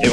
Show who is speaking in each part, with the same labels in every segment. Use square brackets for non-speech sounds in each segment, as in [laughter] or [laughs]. Speaker 1: If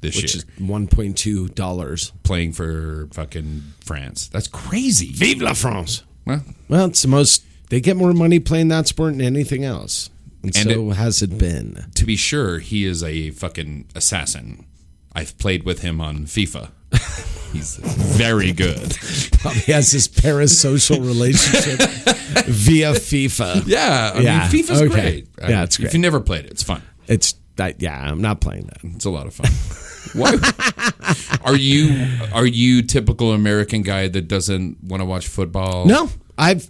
Speaker 2: this
Speaker 3: which
Speaker 2: year
Speaker 3: is one point two dollars.
Speaker 2: playing for fucking France. That's crazy.
Speaker 3: Vive la France!
Speaker 2: Well,
Speaker 3: Well, it's the most. They get more money playing that sport than anything else, and,
Speaker 2: And
Speaker 3: so has it been. [laughs]
Speaker 2: to be sure, he is a fucking assassin. I've played with him on
Speaker 3: [laughs]
Speaker 2: FIFA. He's very good.
Speaker 3: He has this parasocial [laughs] relationship via FIFA.
Speaker 2: Yeah, I
Speaker 3: Yeah,
Speaker 2: mean FIFA's
Speaker 3: okay.
Speaker 2: great. Uh,
Speaker 3: Yeah, it's
Speaker 2: If
Speaker 3: great.
Speaker 2: you never played it, it's fun.
Speaker 3: It's I, yeah, I'm not playing that.
Speaker 2: It's a lot of
Speaker 3: [laughs]
Speaker 2: fun. What are you? Are you typical American guy that doesn't want to watch football?
Speaker 3: No, I've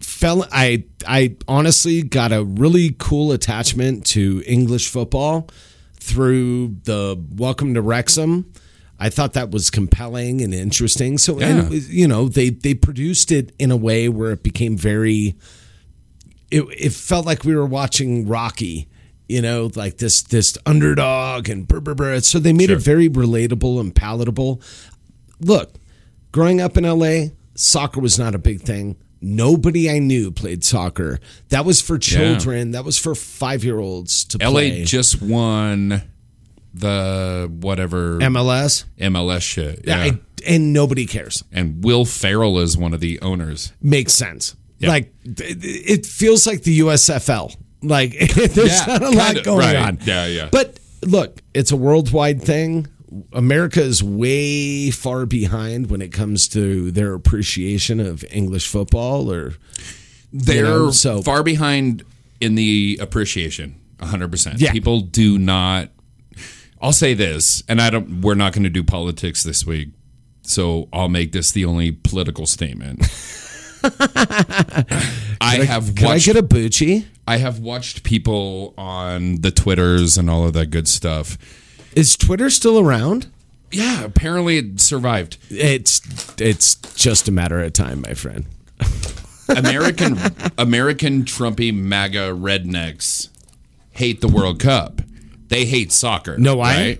Speaker 3: fell. I I honestly got a really cool attachment to English football through the Welcome to Wrexham. I thought that was compelling and interesting. So, and it
Speaker 2: Yeah.
Speaker 3: was, you know, they they produced it in a way where it became very. It, it felt like we were watching Rocky, you know, like this this underdog and brr, brr, brr. So they made
Speaker 2: Sure.
Speaker 3: it very relatable and palatable. Look, growing up in LA, soccer was not a big thing. Nobody I knew played soccer. That was for children. That was for five year olds to
Speaker 2: LA
Speaker 3: play.
Speaker 2: just won the whatever
Speaker 3: MLS.
Speaker 2: MLS shit. Yeah.
Speaker 3: I, and nobody cares.
Speaker 2: and Will Farrell is one of the owners.
Speaker 3: Makes sense.
Speaker 2: Yeah.
Speaker 3: Like th- th- it feels like the USFL. Like [laughs]
Speaker 2: Yeah,
Speaker 3: there's not a lot
Speaker 2: kinda,
Speaker 3: going
Speaker 2: right.
Speaker 3: on.
Speaker 2: Yeah, yeah.
Speaker 3: But look, it's a worldwide thing. America is way far behind when it comes to their appreciation of English football or
Speaker 2: They're
Speaker 3: know, so-
Speaker 2: far behind in the appreciation. 100%.
Speaker 3: Yeah.
Speaker 2: People do not I'll say this, and I don't we're not going to do politics this week. So I'll make this the only political
Speaker 3: [laughs]
Speaker 2: statement. I have
Speaker 3: Can
Speaker 2: watched
Speaker 3: I get a Bucci?
Speaker 2: I have watched people on the Twitters and all of that good stuff.
Speaker 3: Is Twitter still around?
Speaker 2: Yeah, apparently it survived.
Speaker 3: It's it's just a matter of time, my friend.
Speaker 2: American American Trumpy MAGA rednecks hate the World Cup. They hate soccer.
Speaker 3: No, why?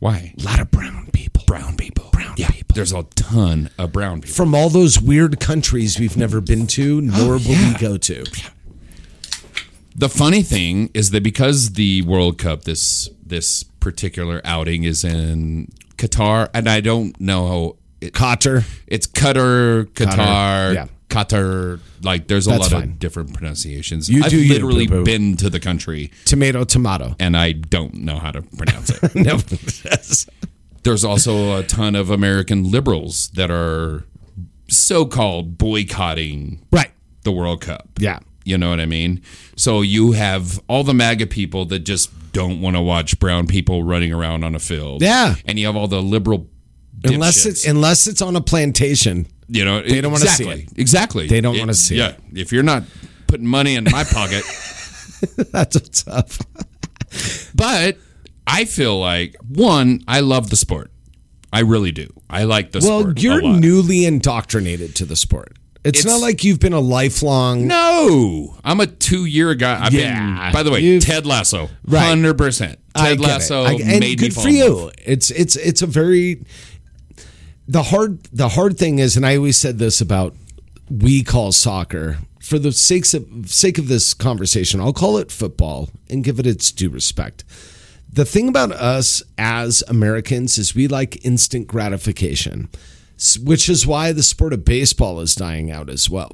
Speaker 2: Why?
Speaker 3: A lot of brown people. Brown people. Brown people.
Speaker 2: There's a ton of Oh, brown people.
Speaker 3: From all those weird countries we've never been to, nor will we go to.
Speaker 2: The funny thing is that because the World Cup this this particular outing is in Qatar, and I don't know it,
Speaker 3: Cotter.
Speaker 2: it's Qatar, Qatar,
Speaker 3: Qatar, yeah.
Speaker 2: Qatar. Like there's a
Speaker 3: That's
Speaker 2: lot
Speaker 3: fine.
Speaker 2: of different pronunciations.
Speaker 3: You
Speaker 2: I've
Speaker 3: do you,
Speaker 2: literally
Speaker 3: boo-boo.
Speaker 2: been to the country
Speaker 3: Tomato tomato. [laughs]
Speaker 2: and I don't know how to pronounce it.
Speaker 3: No.
Speaker 2: there's also a ton of American liberals that are so-called boycotting
Speaker 3: right.
Speaker 2: the World Cup.
Speaker 3: Yeah.
Speaker 2: You know what I mean? So you have all the MAGA people that just don't want to watch brown people running around on a field.
Speaker 3: Yeah.
Speaker 2: And you have all the liberal
Speaker 3: Unless it's
Speaker 2: dipshits.
Speaker 3: unless it's on a plantation.
Speaker 2: you know
Speaker 3: they don't wanna see
Speaker 2: exactly,
Speaker 3: it.
Speaker 2: Exactly.
Speaker 3: They don't wanna see
Speaker 2: yeah,
Speaker 3: it.
Speaker 2: If you're not putting money in my
Speaker 3: [laughs]
Speaker 2: pocket,
Speaker 3: [laughs] That's what's up.
Speaker 2: but I feel like one, I love the sport. I really do. I like the
Speaker 3: Well,
Speaker 2: sport. a
Speaker 3: you're
Speaker 2: lot.
Speaker 3: newly indoctrinated to the sport. It's,
Speaker 2: It's-
Speaker 3: not like you've been a lifelong
Speaker 2: No, Oh, I'm a two year guy. I've
Speaker 3: Yeah.
Speaker 2: been. By the way,
Speaker 3: You've-
Speaker 2: Ted Lasso,
Speaker 3: Right.
Speaker 2: hundred percent.
Speaker 3: I
Speaker 2: Ted
Speaker 3: get it.
Speaker 2: Lasso
Speaker 3: I- and
Speaker 2: made me
Speaker 3: good
Speaker 2: fall
Speaker 3: for
Speaker 2: in love.
Speaker 3: you. It's it's it's a very the hard the hard thing is, and I always said this about we call soccer for the sakes of sake of this conversation. I'll call it football and give it its due respect. The thing about us as Americans is we like instant gratification, s- which is why the sport of baseball is dying out as well.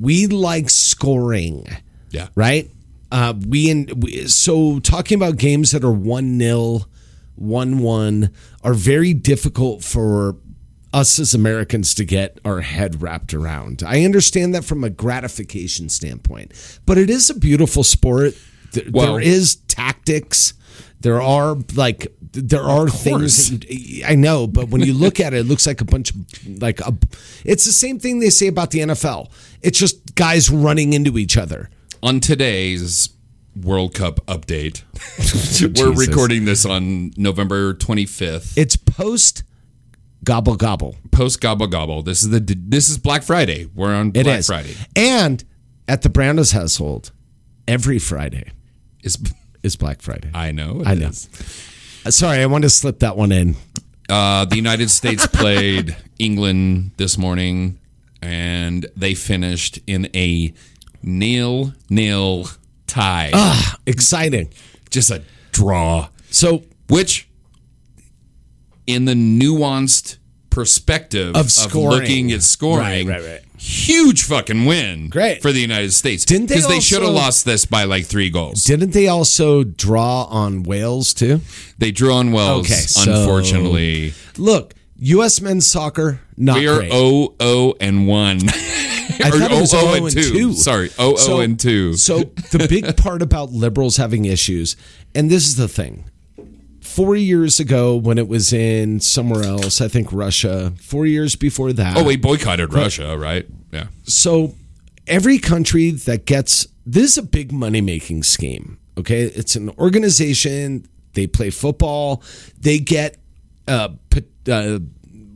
Speaker 3: We like scoring
Speaker 2: Mm-hmm. Yeah.
Speaker 3: right? Uh, we in we, so talking about games that are one 0 one one are very difficult for us as Americans to get our head wrapped around. I understand that from a gratification standpoint, but it is a beautiful sport. Th-
Speaker 2: Well-
Speaker 3: there is tactics. There are like there are things that you, I know, but when you look at it, it looks like a bunch of like a. It's the same thing they say about the NFL. It's just guys running into each other.
Speaker 2: on today's World Cup update. [laughs] We're
Speaker 3: Jesus.
Speaker 2: recording this on November 25th.
Speaker 3: It's post gobble gobble.
Speaker 2: Post gobble gobble. This is the this is Black Friday. We're on
Speaker 3: It is
Speaker 2: Black Friday.
Speaker 3: And at the Brando's household, every Friday
Speaker 2: Is
Speaker 3: is Black Friday.
Speaker 2: I know. it
Speaker 3: I know.
Speaker 2: is.
Speaker 3: Uh, Sorry, I wanted to slip that one in.
Speaker 2: Uh, the United
Speaker 3: [laughs]
Speaker 2: States played England this morning, and they finished in a nil nil tie.
Speaker 3: Ah, Exciting.
Speaker 2: Just a draw.
Speaker 3: So
Speaker 2: which in the nuanced perspective
Speaker 3: Of scoring.
Speaker 2: looking at scoring
Speaker 3: Right, right, right.
Speaker 2: huge fucking win
Speaker 3: Great.
Speaker 2: for the united states
Speaker 3: Didn't they
Speaker 2: because they should have
Speaker 3: also-
Speaker 2: lost this by like three goals
Speaker 3: didn't they also draw on Wales too?
Speaker 2: they drew on wells
Speaker 3: Okay, so-
Speaker 2: unfortunately
Speaker 3: Look, U.S. men's soccer not
Speaker 2: we are oh,
Speaker 3: great.
Speaker 2: 0 0 and 1
Speaker 3: I thought it was
Speaker 2: 0-0
Speaker 3: 0 and 2.
Speaker 2: oh, sorry 0
Speaker 3: So-
Speaker 2: 0 and 2
Speaker 3: So the
Speaker 2: [laughs]
Speaker 3: big part about liberals having issues, and this is the thing. Four years ago, when it was in somewhere else, I think Russia. Four years before
Speaker 2: [laughs]
Speaker 3: that.
Speaker 2: oh we boycotted russia right yeah
Speaker 3: so every country that gets this is a big money making scheme. Okay, it's an organization. They play football. They get uh, put, uh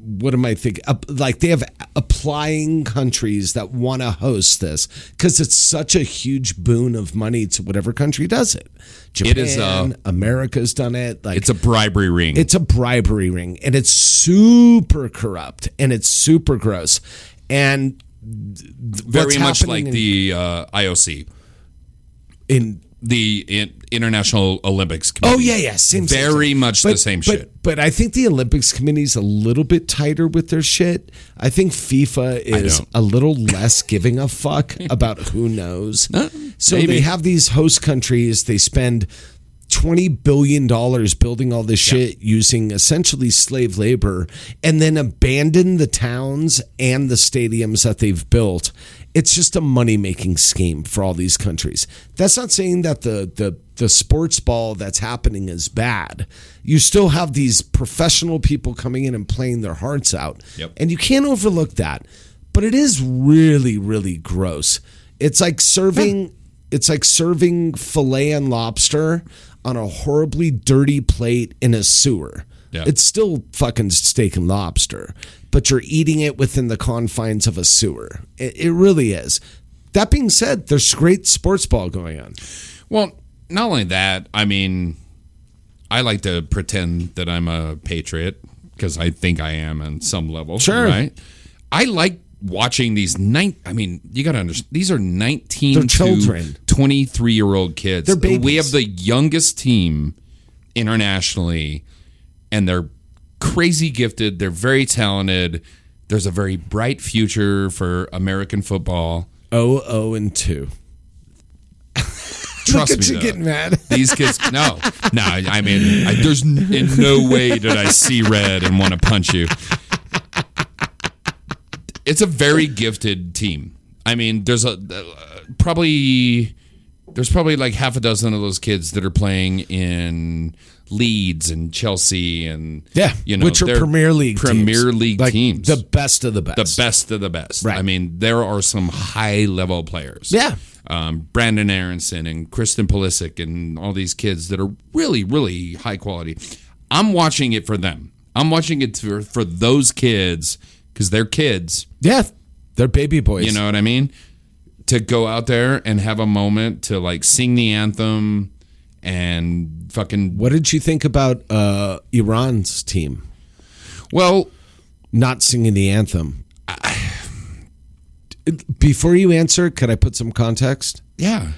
Speaker 3: what am I thinking? Up like they have applying countries that want to host this because it's such a huge boon of money to whatever country does it. Japan,
Speaker 2: It is, uh,
Speaker 3: America's done it. Like
Speaker 2: it's a bribery ring
Speaker 3: it's a bribery ring and it's super corrupt and it's super gross. And
Speaker 2: very
Speaker 3: what's
Speaker 2: much
Speaker 3: happening
Speaker 2: like
Speaker 3: in-
Speaker 2: the uh, ioc
Speaker 3: in
Speaker 2: the in, International Olympics Committee.
Speaker 3: oh yeah yeah same same,
Speaker 2: Very
Speaker 3: same.
Speaker 2: much the
Speaker 3: But-
Speaker 2: same
Speaker 3: but,
Speaker 2: shit.
Speaker 3: But I think the Olympics committee's a little bit tighter with their shit. I think FIFA is
Speaker 2: don't.
Speaker 3: a little less giving a fuck [laughs] about who knows. so
Speaker 2: Uh, maybe.
Speaker 3: they have these host countries. They spend. Twenty billion dollars building all this shit using essentially slave labor, and then abandon the towns and the stadiums that they've built. It's just a money making scheme for all these countries. That's not saying that the the the sports ball that's happening is bad. You still have these professional people coming in and playing their hearts out,
Speaker 2: Yep.
Speaker 3: and you can't overlook that. But it is really really gross. It's like serving it's like serving fillet and lobster on a horribly dirty plate in a sewer.
Speaker 2: Yeah.
Speaker 3: It's still fucking steak and lobster, but you're eating it within the confines of a sewer. It, it really is. That being said, there's great sports ball going on.
Speaker 2: Well, not only that, I mean, I like to pretend that I'm a patriot because I think I am on some level.
Speaker 3: Sure.
Speaker 2: Right. I like watching these nine. I mean, you got to understand. These are 19
Speaker 3: They're children.
Speaker 2: 23 year old kids.
Speaker 3: They're
Speaker 2: We
Speaker 3: babies.
Speaker 2: have the youngest team internationally, and they're crazy gifted. They're very talented. There's a very bright future for American football.
Speaker 3: Oh, oh, and two. [laughs]
Speaker 2: Trust
Speaker 3: Look
Speaker 2: me,
Speaker 3: at you
Speaker 2: though.
Speaker 3: getting mad.
Speaker 2: These kids, no, no. I mean, I, there's n- in no way did I see red and want to punch you. It's a very gifted team. I mean, there's a uh, probably there's probably like half a dozen of those kids that are playing in Leeds and Chelsea and
Speaker 3: Yeah,
Speaker 2: you know,
Speaker 3: which are
Speaker 2: they're
Speaker 3: Premier League
Speaker 2: Premier
Speaker 3: teams.
Speaker 2: League
Speaker 3: Like,
Speaker 2: teams,
Speaker 3: the best of the best.
Speaker 2: the best of the best.
Speaker 3: Right.
Speaker 2: I mean, there are some high level players.
Speaker 3: Yeah.
Speaker 2: Um, Brandon Aronson and Kristen Pulisic and all these kids that are really, really high quality. I'm watching it for them. I'm watching it for, for those kids because they're kids.
Speaker 3: Yeah, they're baby boys.
Speaker 2: You know what I mean? To go out there and have a moment to like sing the anthem and fucking.
Speaker 3: What did you think about uh, Iran's team
Speaker 2: Well,
Speaker 3: not singing the anthem? [sighs] Before you answer, could I put some context?
Speaker 2: yeah.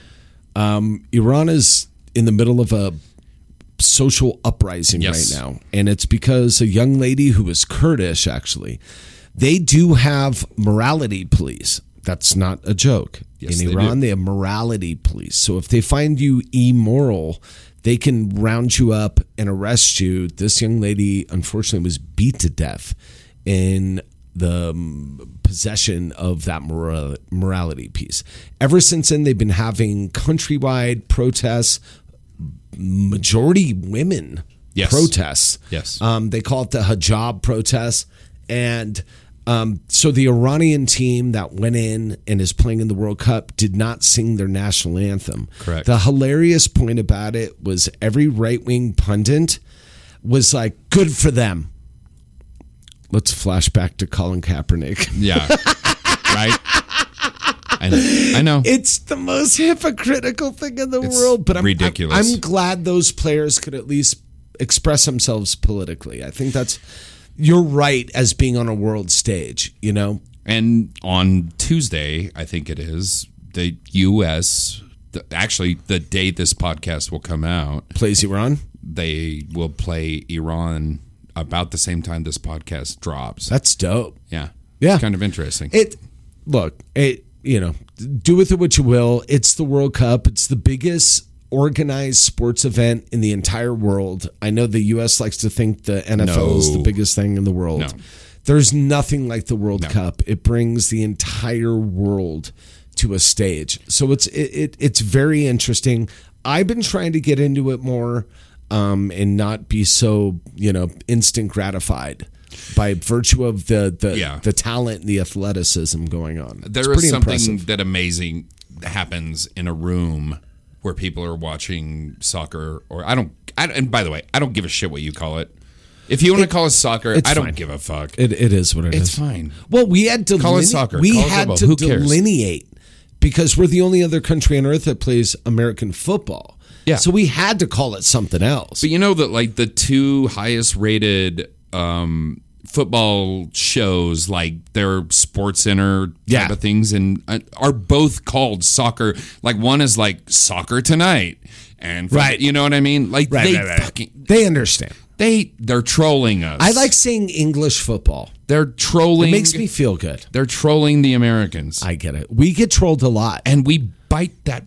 Speaker 3: Iran is in the middle of a social uprising
Speaker 2: Yes.
Speaker 3: right now, and it's because a young lady who is Kurdish actually. They do have morality police. That's not a joke.
Speaker 2: Yes,
Speaker 3: in
Speaker 2: they
Speaker 3: Iran,
Speaker 2: do.
Speaker 3: they have morality police. So if they find you immoral, they can round you up and arrest you. This young lady, unfortunately, was beat to death in the um, possession of that moral- morality piece. Ever since then, they've been having countrywide protests, majority women
Speaker 2: Yes.
Speaker 3: protests.
Speaker 2: Yes.
Speaker 3: Um, they call it the hijab protests. And um, so the Iranian team that went in and is playing in the World Cup did not sing their national anthem.
Speaker 2: Correct.
Speaker 3: The hilarious point about it was every right wing pundit was like, good for them. Let's flash back to Colin Kaepernick. [laughs]
Speaker 2: Yeah. right? I know. I know.
Speaker 3: It's the most hypocritical thing in the
Speaker 2: It's
Speaker 3: world, but I'm,
Speaker 2: ridiculous.
Speaker 3: I'm, I'm glad those players could at least express themselves politically. I think that's you're right as being on a world stage, you know.
Speaker 2: And on Tuesday, I think it is, the U.S., the, actually, the day this podcast will come out,
Speaker 3: Plays you on.
Speaker 2: they will play Iran about the same time this podcast drops.
Speaker 3: That's dope.
Speaker 2: yeah.
Speaker 3: Yeah.
Speaker 2: It's kind of interesting.
Speaker 3: It look, it you know, do with it what you will. It's the World Cup. It's the biggest organized sports event in the entire world. I know the US likes to think the NFL is the
Speaker 2: No.
Speaker 3: biggest thing in the world.
Speaker 2: No.
Speaker 3: There's nothing like the World
Speaker 2: No.
Speaker 3: Cup. It brings the entire world to a stage. So it's it, it it's very interesting. I've been trying to get into it more um, and not be so, you know, instant gratified by virtue of the the
Speaker 2: Yeah.
Speaker 3: the talent and the athleticism going on. It's
Speaker 2: There
Speaker 3: pretty
Speaker 2: is something
Speaker 3: impressive.
Speaker 2: that amazing happens in a room where people are watching soccer or I don't I, and by the way, I don't give a shit what you call it. If you want to call it soccer, I
Speaker 3: it's
Speaker 2: don't
Speaker 3: fine.
Speaker 2: give a fuck.
Speaker 3: It, it is what it
Speaker 2: it's
Speaker 3: is.
Speaker 2: fine.
Speaker 3: Well, we had to
Speaker 2: Call it
Speaker 3: deline-
Speaker 2: soccer,
Speaker 3: We
Speaker 2: call it
Speaker 3: had
Speaker 2: football,
Speaker 3: to
Speaker 2: who cares?
Speaker 3: delineate because we're the only other country on earth that plays American football.
Speaker 2: Yeah.
Speaker 3: So we had to call it something else.
Speaker 2: But you know that like the two highest rated um, football shows, like their Sports Center type
Speaker 3: Yeah.
Speaker 2: of things, and uh, are both called soccer. Like one is like Soccer Tonight, and
Speaker 3: Right.
Speaker 2: you know what I mean. Like
Speaker 3: Right,
Speaker 2: they
Speaker 3: right, right.
Speaker 2: fucking
Speaker 3: they understand.
Speaker 2: they they're trolling us.
Speaker 3: I like saying English football.
Speaker 2: they're trolling.
Speaker 3: It makes me feel good.
Speaker 2: They're trolling the Americans,
Speaker 3: I get it. We get trolled a lot.
Speaker 2: and we bite that.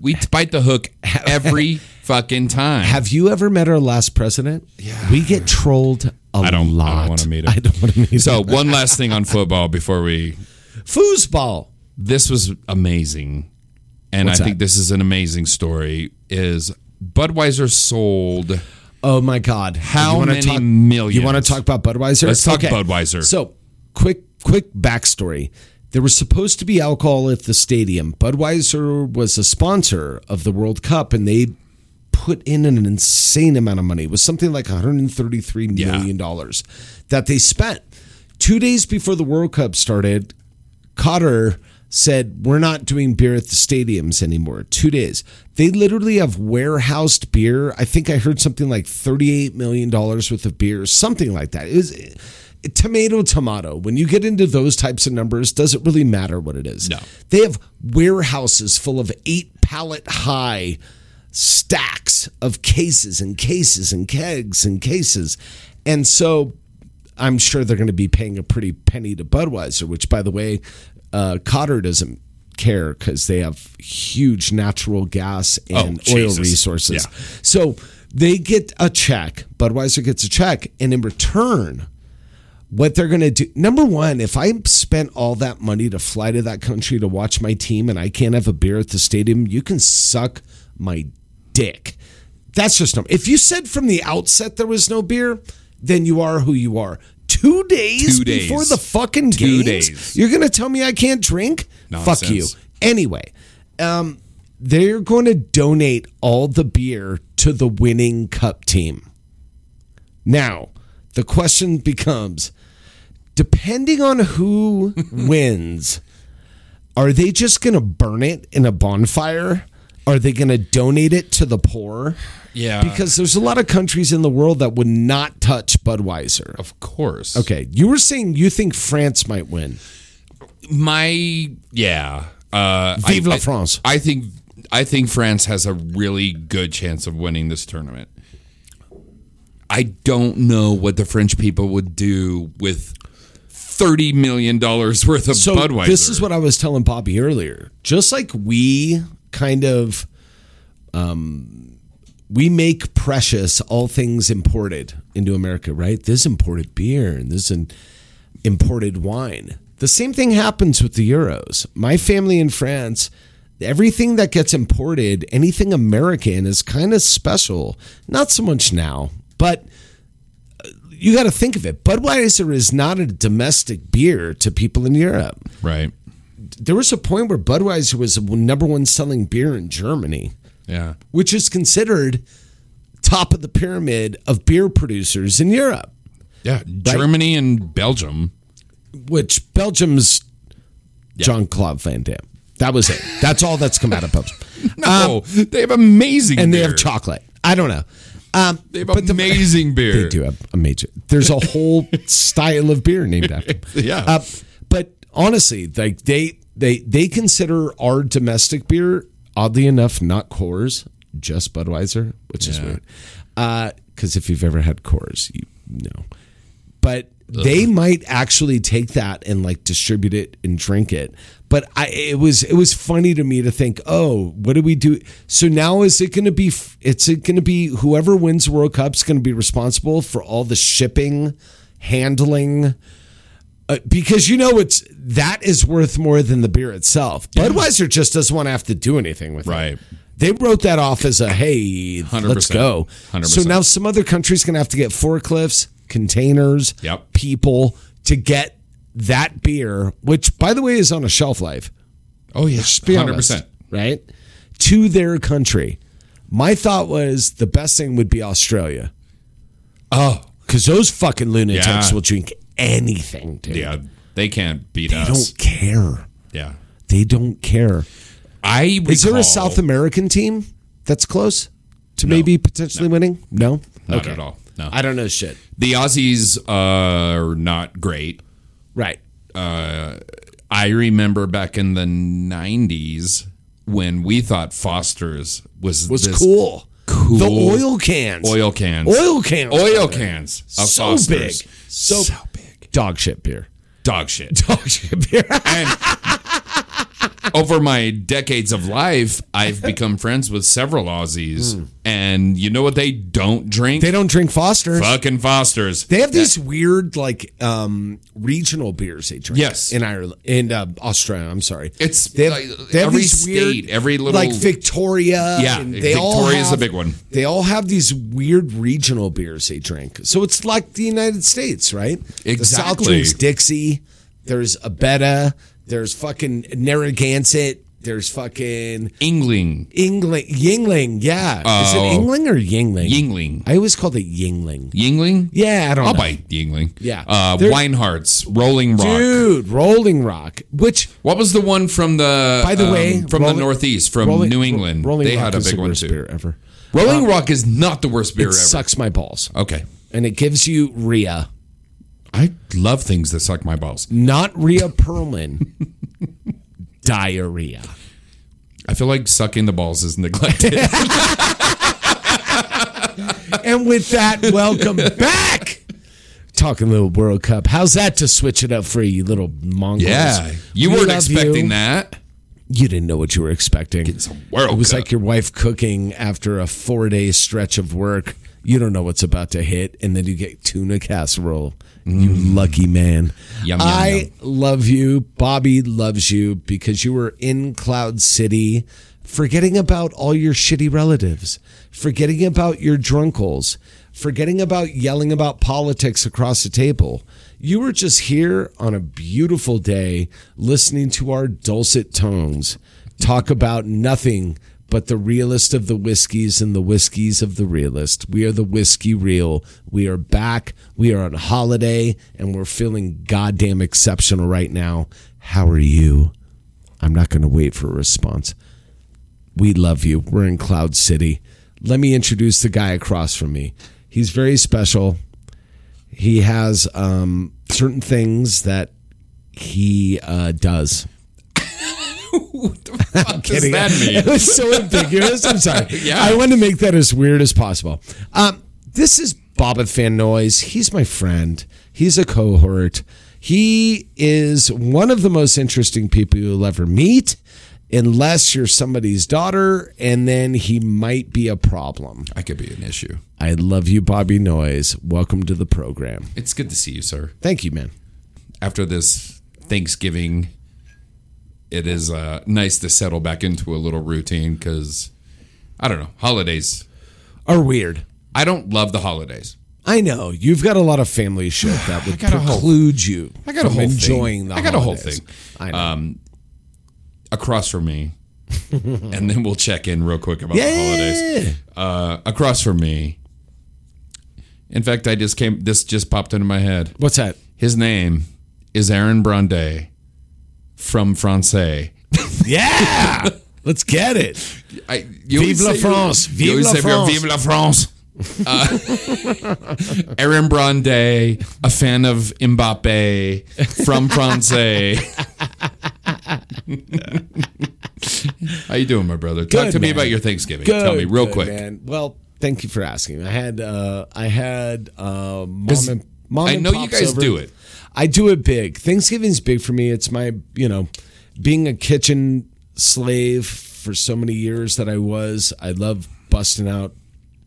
Speaker 2: We bite the hook
Speaker 3: [laughs]
Speaker 2: every fucking time.
Speaker 3: Have you ever met our last president? Yeah. We get trolled a
Speaker 2: I don't- I don't
Speaker 3: lot.
Speaker 2: wanna meet him.
Speaker 3: I don't want to meet
Speaker 2: so
Speaker 3: him.
Speaker 2: one last thing on football before we
Speaker 3: Foosball.
Speaker 2: this was amazing and
Speaker 3: What's
Speaker 2: i think
Speaker 3: that?
Speaker 2: this is an amazing story is budweiser sold
Speaker 3: Oh my God!
Speaker 2: How
Speaker 3: wanna
Speaker 2: many millions?
Speaker 3: You want to talk about Budweiser?
Speaker 2: Let's talk Budweiser.
Speaker 3: So quick, quick backstory. There was supposed to be alcohol at the stadium. Budweiser was a sponsor of the World Cup, and they put in an insane amount of money. It was something like 133
Speaker 2: Yeah.
Speaker 3: million dollars that they spent. Two days before the World Cup started, Cotter said, We're not doing beer at the stadiums anymore. Two days. They literally have warehoused beer. I think I heard something like $38 million worth of beer, something like that. It was tomato, tomato. When you get into those types of numbers, does it really matter what it is?
Speaker 2: No.
Speaker 3: They have warehouses full of eight pallet high stacks of cases and cases and kegs and cases. And so I'm sure they're going to be paying a pretty penny to Budweiser, which, by the way, uh, Cotter doesn't care because they have huge natural gas and
Speaker 2: Oh,
Speaker 3: oil
Speaker 2: Jesus.
Speaker 3: resources.
Speaker 2: Yeah.
Speaker 3: So they get a check. Budweiser gets a check. And in return, what they're going to do. Number one, if I spent all that money to fly to that country to watch my team and I can't have a beer at the stadium, you can suck my dick. That's just number. If you said from the outset there was no beer, then you are who you are. Two days,
Speaker 2: Two days.
Speaker 3: before the fucking
Speaker 2: Two
Speaker 3: games,
Speaker 2: days.
Speaker 3: you're going to tell me I can't drink? Fuck you.
Speaker 2: Nonsense.
Speaker 3: Anyway, um, they're going to donate all the beer to the winning cup team. Now, the question becomes depending
Speaker 2: [laughs]
Speaker 3: on who wins, are they just going to burn it in a bonfire? Are they going to donate it to the poor?
Speaker 2: yeah
Speaker 3: Because there's a lot of countries in the world that would not touch Budweiser.
Speaker 2: of course
Speaker 3: Okay, you were saying you think France might win.
Speaker 2: my yeah uh
Speaker 3: Vive
Speaker 2: I,
Speaker 3: la
Speaker 2: I-
Speaker 3: France.
Speaker 2: I, think i think france has a really good chance of winning this tournament i don't know what the french people would do with 30 million dollars worth of
Speaker 3: So
Speaker 2: budweiser
Speaker 3: this is what I was telling Bobby earlier. Just like we kind of um, we make precious all things imported into America, right? This imported beer and this an imported wine. The same thing happens with the euros. My family in France, everything that gets imported, anything American is kind of special. Not so much now, but you got to think of it. Budweiser is not a domestic beer to people in Europe.
Speaker 2: Right.
Speaker 3: There was a point where Budweiser was the number one selling beer in Germany
Speaker 2: Yeah.
Speaker 3: which is considered top of the pyramid of beer producers in Europe,
Speaker 2: Yeah. Germany and Belgium.
Speaker 3: which Belgium's Jean Claude Van Damme. That was it. That's all that's come out of Belgium.
Speaker 2: [laughs]
Speaker 3: Um,
Speaker 2: No, they have amazing
Speaker 3: And they
Speaker 2: beer.
Speaker 3: have chocolate. I don't know. Um,
Speaker 2: They have
Speaker 3: but the-
Speaker 2: amazing beer.
Speaker 3: [laughs] They do have a major. There's a
Speaker 2: [laughs]
Speaker 3: whole style of beer named after. them.
Speaker 2: Yeah.
Speaker 3: Uh, but honestly, like they they they consider our domestic beer oddly enough not Coors, just Budweiser, which is
Speaker 2: Yeah.
Speaker 3: weird. Because if you've ever had Coors, you know. But they might actually take that and like distribute it and drink it. But I, it was it was funny to me to think, oh, what do we do? So now is it going to be? f- It's it going to be whoever wins World Cup's going to be responsible for all the shipping, handling, uh, because you know it's that is worth more than the beer itself. Budweiser just doesn't want to have to do anything with it.
Speaker 2: Right.
Speaker 3: They wrote that off as a hey, let let's
Speaker 2: 100%.
Speaker 3: go.
Speaker 2: 100%.
Speaker 3: So now some other country's going to have to get forklifts, containers,
Speaker 2: Yep.
Speaker 3: people to get that beer, which by the way is on a shelf life.
Speaker 2: Oh yeah.
Speaker 3: Just be
Speaker 2: Hundred
Speaker 3: 100%.
Speaker 2: percent.
Speaker 3: right? To their country. My thought was the best thing would be Australia. Oh, because those fucking lunatics
Speaker 2: Yeah.
Speaker 3: will drink anything, dude.
Speaker 2: Yeah. They can't beat
Speaker 3: They
Speaker 2: us.
Speaker 3: don't care.
Speaker 2: Yeah.
Speaker 3: They don't care.
Speaker 2: I recall,
Speaker 3: Is there a South American team that's close to
Speaker 2: No.
Speaker 3: maybe potentially winning? No,
Speaker 2: Not at all. No.
Speaker 3: I don't know shit.
Speaker 2: the Aussies are not great.
Speaker 3: Right.
Speaker 2: I remember back in the '90s when we thought Foster's was
Speaker 3: Was
Speaker 2: this
Speaker 3: cool.
Speaker 2: cool
Speaker 3: The oil cans.
Speaker 2: oil cans,
Speaker 3: Oil cans.
Speaker 2: oil cans of
Speaker 3: So
Speaker 2: Foster's.
Speaker 3: big. [laughs] So, big. Dog shit beer.
Speaker 2: dog shit.
Speaker 3: [laughs] Dog shit beer.
Speaker 2: And over my decades of life, I've become friends with several Aussies, and you know what they don't drink?
Speaker 3: [laughs] Hmm. they don't drink Foster's.
Speaker 2: fucking Foster's.
Speaker 3: They have these weird, like, um, regional beers they drink.
Speaker 2: Yes.
Speaker 3: in Ireland, in uh, Australia. I'm sorry.
Speaker 2: It's
Speaker 3: they have,
Speaker 2: like
Speaker 3: they have
Speaker 2: every
Speaker 3: these weird-
Speaker 2: state, every little-
Speaker 3: like Victoria.
Speaker 2: Yeah,
Speaker 3: and they all
Speaker 2: Victoria's the
Speaker 3: have-
Speaker 2: big one.
Speaker 3: They all have these weird regional beers they drink. So it's like the United States, right? The South
Speaker 2: Exactly.
Speaker 3: drinks Dixie. There's Abetta. There's fucking Narragansett. There's fucking
Speaker 2: Yingling,
Speaker 3: Yingling. Yingling. Yeah. Is it
Speaker 2: Oh.
Speaker 3: Yingling or Yingling?
Speaker 2: Yingling,
Speaker 3: I always called it Yingling.
Speaker 2: Yingling.
Speaker 3: Yeah, I don't
Speaker 2: I'll
Speaker 3: know.
Speaker 2: buy Yingling.
Speaker 3: Yeah.
Speaker 2: Uh,
Speaker 3: There-
Speaker 2: Weinhardt's Rolling Rock.
Speaker 3: Dude, Rolling Rock, which
Speaker 2: What was the one from the
Speaker 3: by the
Speaker 2: um,
Speaker 3: way
Speaker 2: from
Speaker 3: Rolling-
Speaker 2: the Northeast from
Speaker 3: Rolling-
Speaker 2: New England?
Speaker 3: Rolling
Speaker 2: they
Speaker 3: Rock
Speaker 2: had a
Speaker 3: is
Speaker 2: big
Speaker 3: the
Speaker 2: one
Speaker 3: worst
Speaker 2: too.
Speaker 3: beer ever.
Speaker 2: Rolling Rock is not the worst beer
Speaker 3: It
Speaker 2: ever.
Speaker 3: sucks my balls,
Speaker 2: Okay,
Speaker 3: and it gives you Rhea,
Speaker 2: I love things that suck my balls.
Speaker 3: not
Speaker 2: [laughs]
Speaker 3: Rhea Perlman, diarrhea.
Speaker 2: I feel like sucking the balls is
Speaker 3: [laughs]
Speaker 2: neglected.
Speaker 3: And with that,
Speaker 2: [laughs]
Speaker 3: welcome back. Talking little World Cup. How's that to switch it up for you, little Mongols?
Speaker 2: yeah, you
Speaker 3: We
Speaker 2: weren't
Speaker 3: love
Speaker 2: expecting
Speaker 3: you.
Speaker 2: that.
Speaker 3: You didn't know what you were expecting.
Speaker 2: It's a World
Speaker 3: It was
Speaker 2: Cup.
Speaker 3: like your wife cooking after a four day stretch of work. You don't know what's about to hit, and then you get tuna casserole. You
Speaker 2: Mm.
Speaker 3: lucky man.
Speaker 2: Yum, yum,
Speaker 3: I
Speaker 2: yum.
Speaker 3: love you. Bobby loves you because you were in Cloud City, forgetting about all your shitty relatives, forgetting about your drunkles, forgetting about yelling about politics across the table. You were just here on a beautiful day listening to our dulcet tones talk about nothing but the realest of the whiskeys and the whiskeys of the realest. We are the whiskey real. We are back. We are on holiday and we're feeling goddamn exceptional right now. How are you? I'm not going to wait for a response. We love you. We're in Cloud City. Let me introduce the guy across from me. He's very special. He has um, certain things that he uh, does. [laughs]
Speaker 2: What does that
Speaker 3: [laughs] It
Speaker 2: mean?
Speaker 3: was so ambiguous.
Speaker 2: [laughs]
Speaker 3: I'm sorry. I wanted to make that as weird as possible. Um, this is Bobbit Fan Noise. He's my friend. He's a cohort. He is one of the most interesting people you'll ever meet. unless you're somebody's daughter, and then he might be a problem.
Speaker 2: I could be an issue.
Speaker 3: I love you, Bobby Noyes. Welcome to the program.
Speaker 2: It's good to see you, sir.
Speaker 3: Thank you, man.
Speaker 2: After this Thanksgiving, it is uh, nice to settle back into a little routine because I don't know holidays.
Speaker 3: Are weird.
Speaker 2: I don't love the holidays.
Speaker 3: I know you've got a lot of family
Speaker 2: [sighs]
Speaker 3: shit that would
Speaker 2: got a whole-
Speaker 3: preclude you.
Speaker 2: I got a
Speaker 3: from
Speaker 2: whole
Speaker 3: enjoying
Speaker 2: thing.
Speaker 3: the.
Speaker 2: I got a whole
Speaker 3: holidays.
Speaker 2: thing. Um,
Speaker 3: I know.
Speaker 2: across from
Speaker 3: [laughs]
Speaker 2: me, and then we'll check in real quick about the holidays.
Speaker 3: yeah.
Speaker 2: Uh, across from me. In fact, I just came. This just popped into my head. [laughs]
Speaker 3: What's that?
Speaker 2: His name is Aaron Brande from Francais.
Speaker 3: Yeah. Let's get it.
Speaker 2: I, you
Speaker 3: Vive
Speaker 2: always
Speaker 3: la
Speaker 2: say-
Speaker 3: France.
Speaker 2: you
Speaker 3: Vive
Speaker 2: always
Speaker 3: la
Speaker 2: say you're
Speaker 3: France.
Speaker 2: Vive la France. Uh, [laughs] Aaron Brande, a fan of Mbappe from France. [laughs] How you doing, my brother? Talk
Speaker 3: Good,
Speaker 2: to me
Speaker 3: man.
Speaker 2: about your Thanksgiving.
Speaker 3: [laughs] Good,
Speaker 2: Tell me real
Speaker 3: good,
Speaker 2: quick.
Speaker 3: Man. Well, thank you for asking. I had uh I had uh mom
Speaker 2: 'Cause
Speaker 3: and mom
Speaker 2: I
Speaker 3: and
Speaker 2: know you
Speaker 3: pops
Speaker 2: guys
Speaker 3: over.
Speaker 2: do it.
Speaker 3: I do it big. Thanksgiving's big for me. It's my, you know, being a kitchen slave for so many years that I was. I love busting out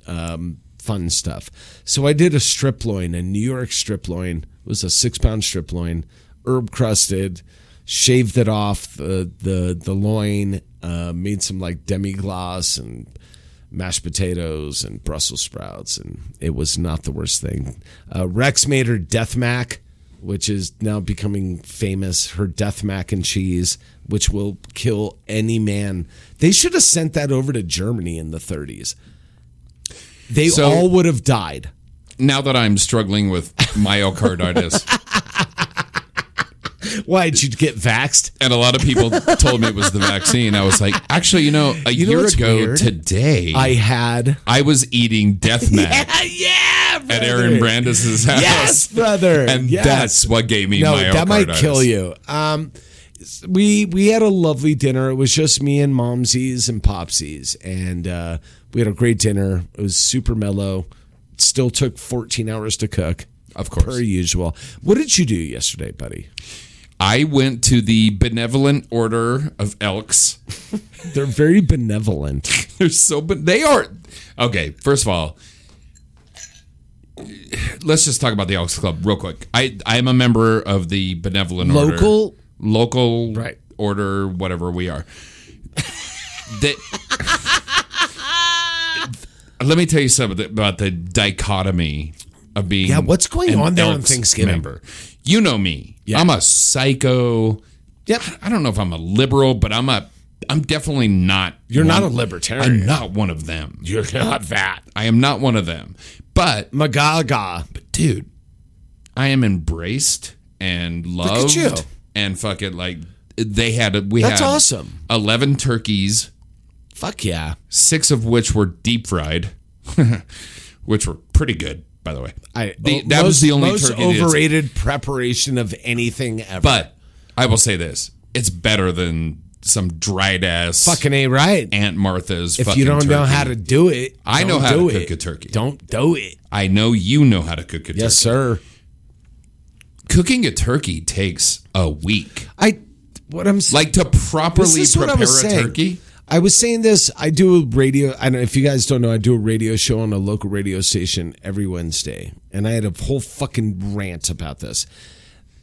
Speaker 3: um, fun stuff. So I did a strip loin, a New York strip loin. It was a six pound strip loin, herb crusted, shaved it off the the the loin, uh, made some like demi glace and mashed potatoes and Brussels sprouts, and it was not the worst thing. Uh, Rex made her death mac, which is now becoming famous. Her death mac and cheese, which will kill any man. They should have sent that over to Germany in the 30s. They
Speaker 2: So-
Speaker 3: all would have died.
Speaker 2: Now that I'm struggling with myocarditis,
Speaker 3: Why did you get vaxxed?
Speaker 2: and a lot of people told me it was the vaccine, I was like, actually, you know, a
Speaker 3: You know
Speaker 2: year
Speaker 3: what's
Speaker 2: ago
Speaker 3: weird?
Speaker 2: today,
Speaker 3: I had.
Speaker 2: I was eating
Speaker 3: [laughs]
Speaker 2: death mat
Speaker 3: yeah, brother.
Speaker 2: at Aaron Brandis's house.
Speaker 3: Yes, brother.
Speaker 2: [laughs] And
Speaker 3: Yes.
Speaker 2: that's what gave me
Speaker 3: no,
Speaker 2: myocarditis.
Speaker 3: that might kill you. Um, s- we we had a lovely dinner. It was just me and Momsies and Popsies, and uh, we had a great dinner. It was super mellow. It still took 14 hours to cook,
Speaker 2: Of course.
Speaker 3: per usual. What did you do yesterday, buddy?
Speaker 2: I went to the Benevolent Order of Elks. [laughs]
Speaker 3: They're very benevolent.
Speaker 2: They're so, but they are. Okay, first of all, let's just talk about the Elks Club real quick. I I am a member of the Benevolent Order.
Speaker 3: Local?
Speaker 2: Local
Speaker 3: Right.
Speaker 2: order, whatever we are. That. Let me tell you something about the dichotomy of being.
Speaker 3: Yeah, what's going
Speaker 2: an
Speaker 3: on there on
Speaker 2: Elks
Speaker 3: Thanksgiving?
Speaker 2: Member. You know me. I'm a psycho.
Speaker 3: Yep.
Speaker 2: I don't know if I'm a liberal, but I'm a. I'm definitely not.
Speaker 3: You're not
Speaker 2: one-
Speaker 3: a libertarian.
Speaker 2: I'm not one of them.
Speaker 3: You're not that.
Speaker 2: I am not one of them. But
Speaker 3: Magaga.
Speaker 2: dude, I am embraced and loved
Speaker 3: at you.
Speaker 2: and fucking like they had a, we
Speaker 3: That's
Speaker 2: had
Speaker 3: awesome.
Speaker 2: Eleven turkeys,
Speaker 3: Fuck yeah.
Speaker 2: six of which were deep fried, [laughs] which were pretty good, by the way.
Speaker 3: I,
Speaker 2: The- that was the only
Speaker 3: most
Speaker 2: turkey that's-
Speaker 3: overrated preparation of anything ever.
Speaker 2: But I will say this: it's better than some dried ass
Speaker 3: fucking a right.
Speaker 2: Aunt Martha's.
Speaker 3: if
Speaker 2: fucking
Speaker 3: you don't know
Speaker 2: turkey.
Speaker 3: how to do it,
Speaker 2: I know
Speaker 3: don't
Speaker 2: how to
Speaker 3: do
Speaker 2: cook
Speaker 3: it.
Speaker 2: a turkey.
Speaker 3: Don't do it.
Speaker 2: I know you know how to cook a turkey.
Speaker 3: Yes, sir.
Speaker 2: Cooking a turkey takes a week.
Speaker 3: I what I'm saying.
Speaker 2: Like to
Speaker 3: This
Speaker 2: properly
Speaker 3: is what I
Speaker 2: prepare a
Speaker 3: was saying.
Speaker 2: turkey.
Speaker 3: I was saying this. I do a radio. I don't, if you guys don't know, I do a radio show on a local radio station every Wednesday, and I had a whole fucking rant about this.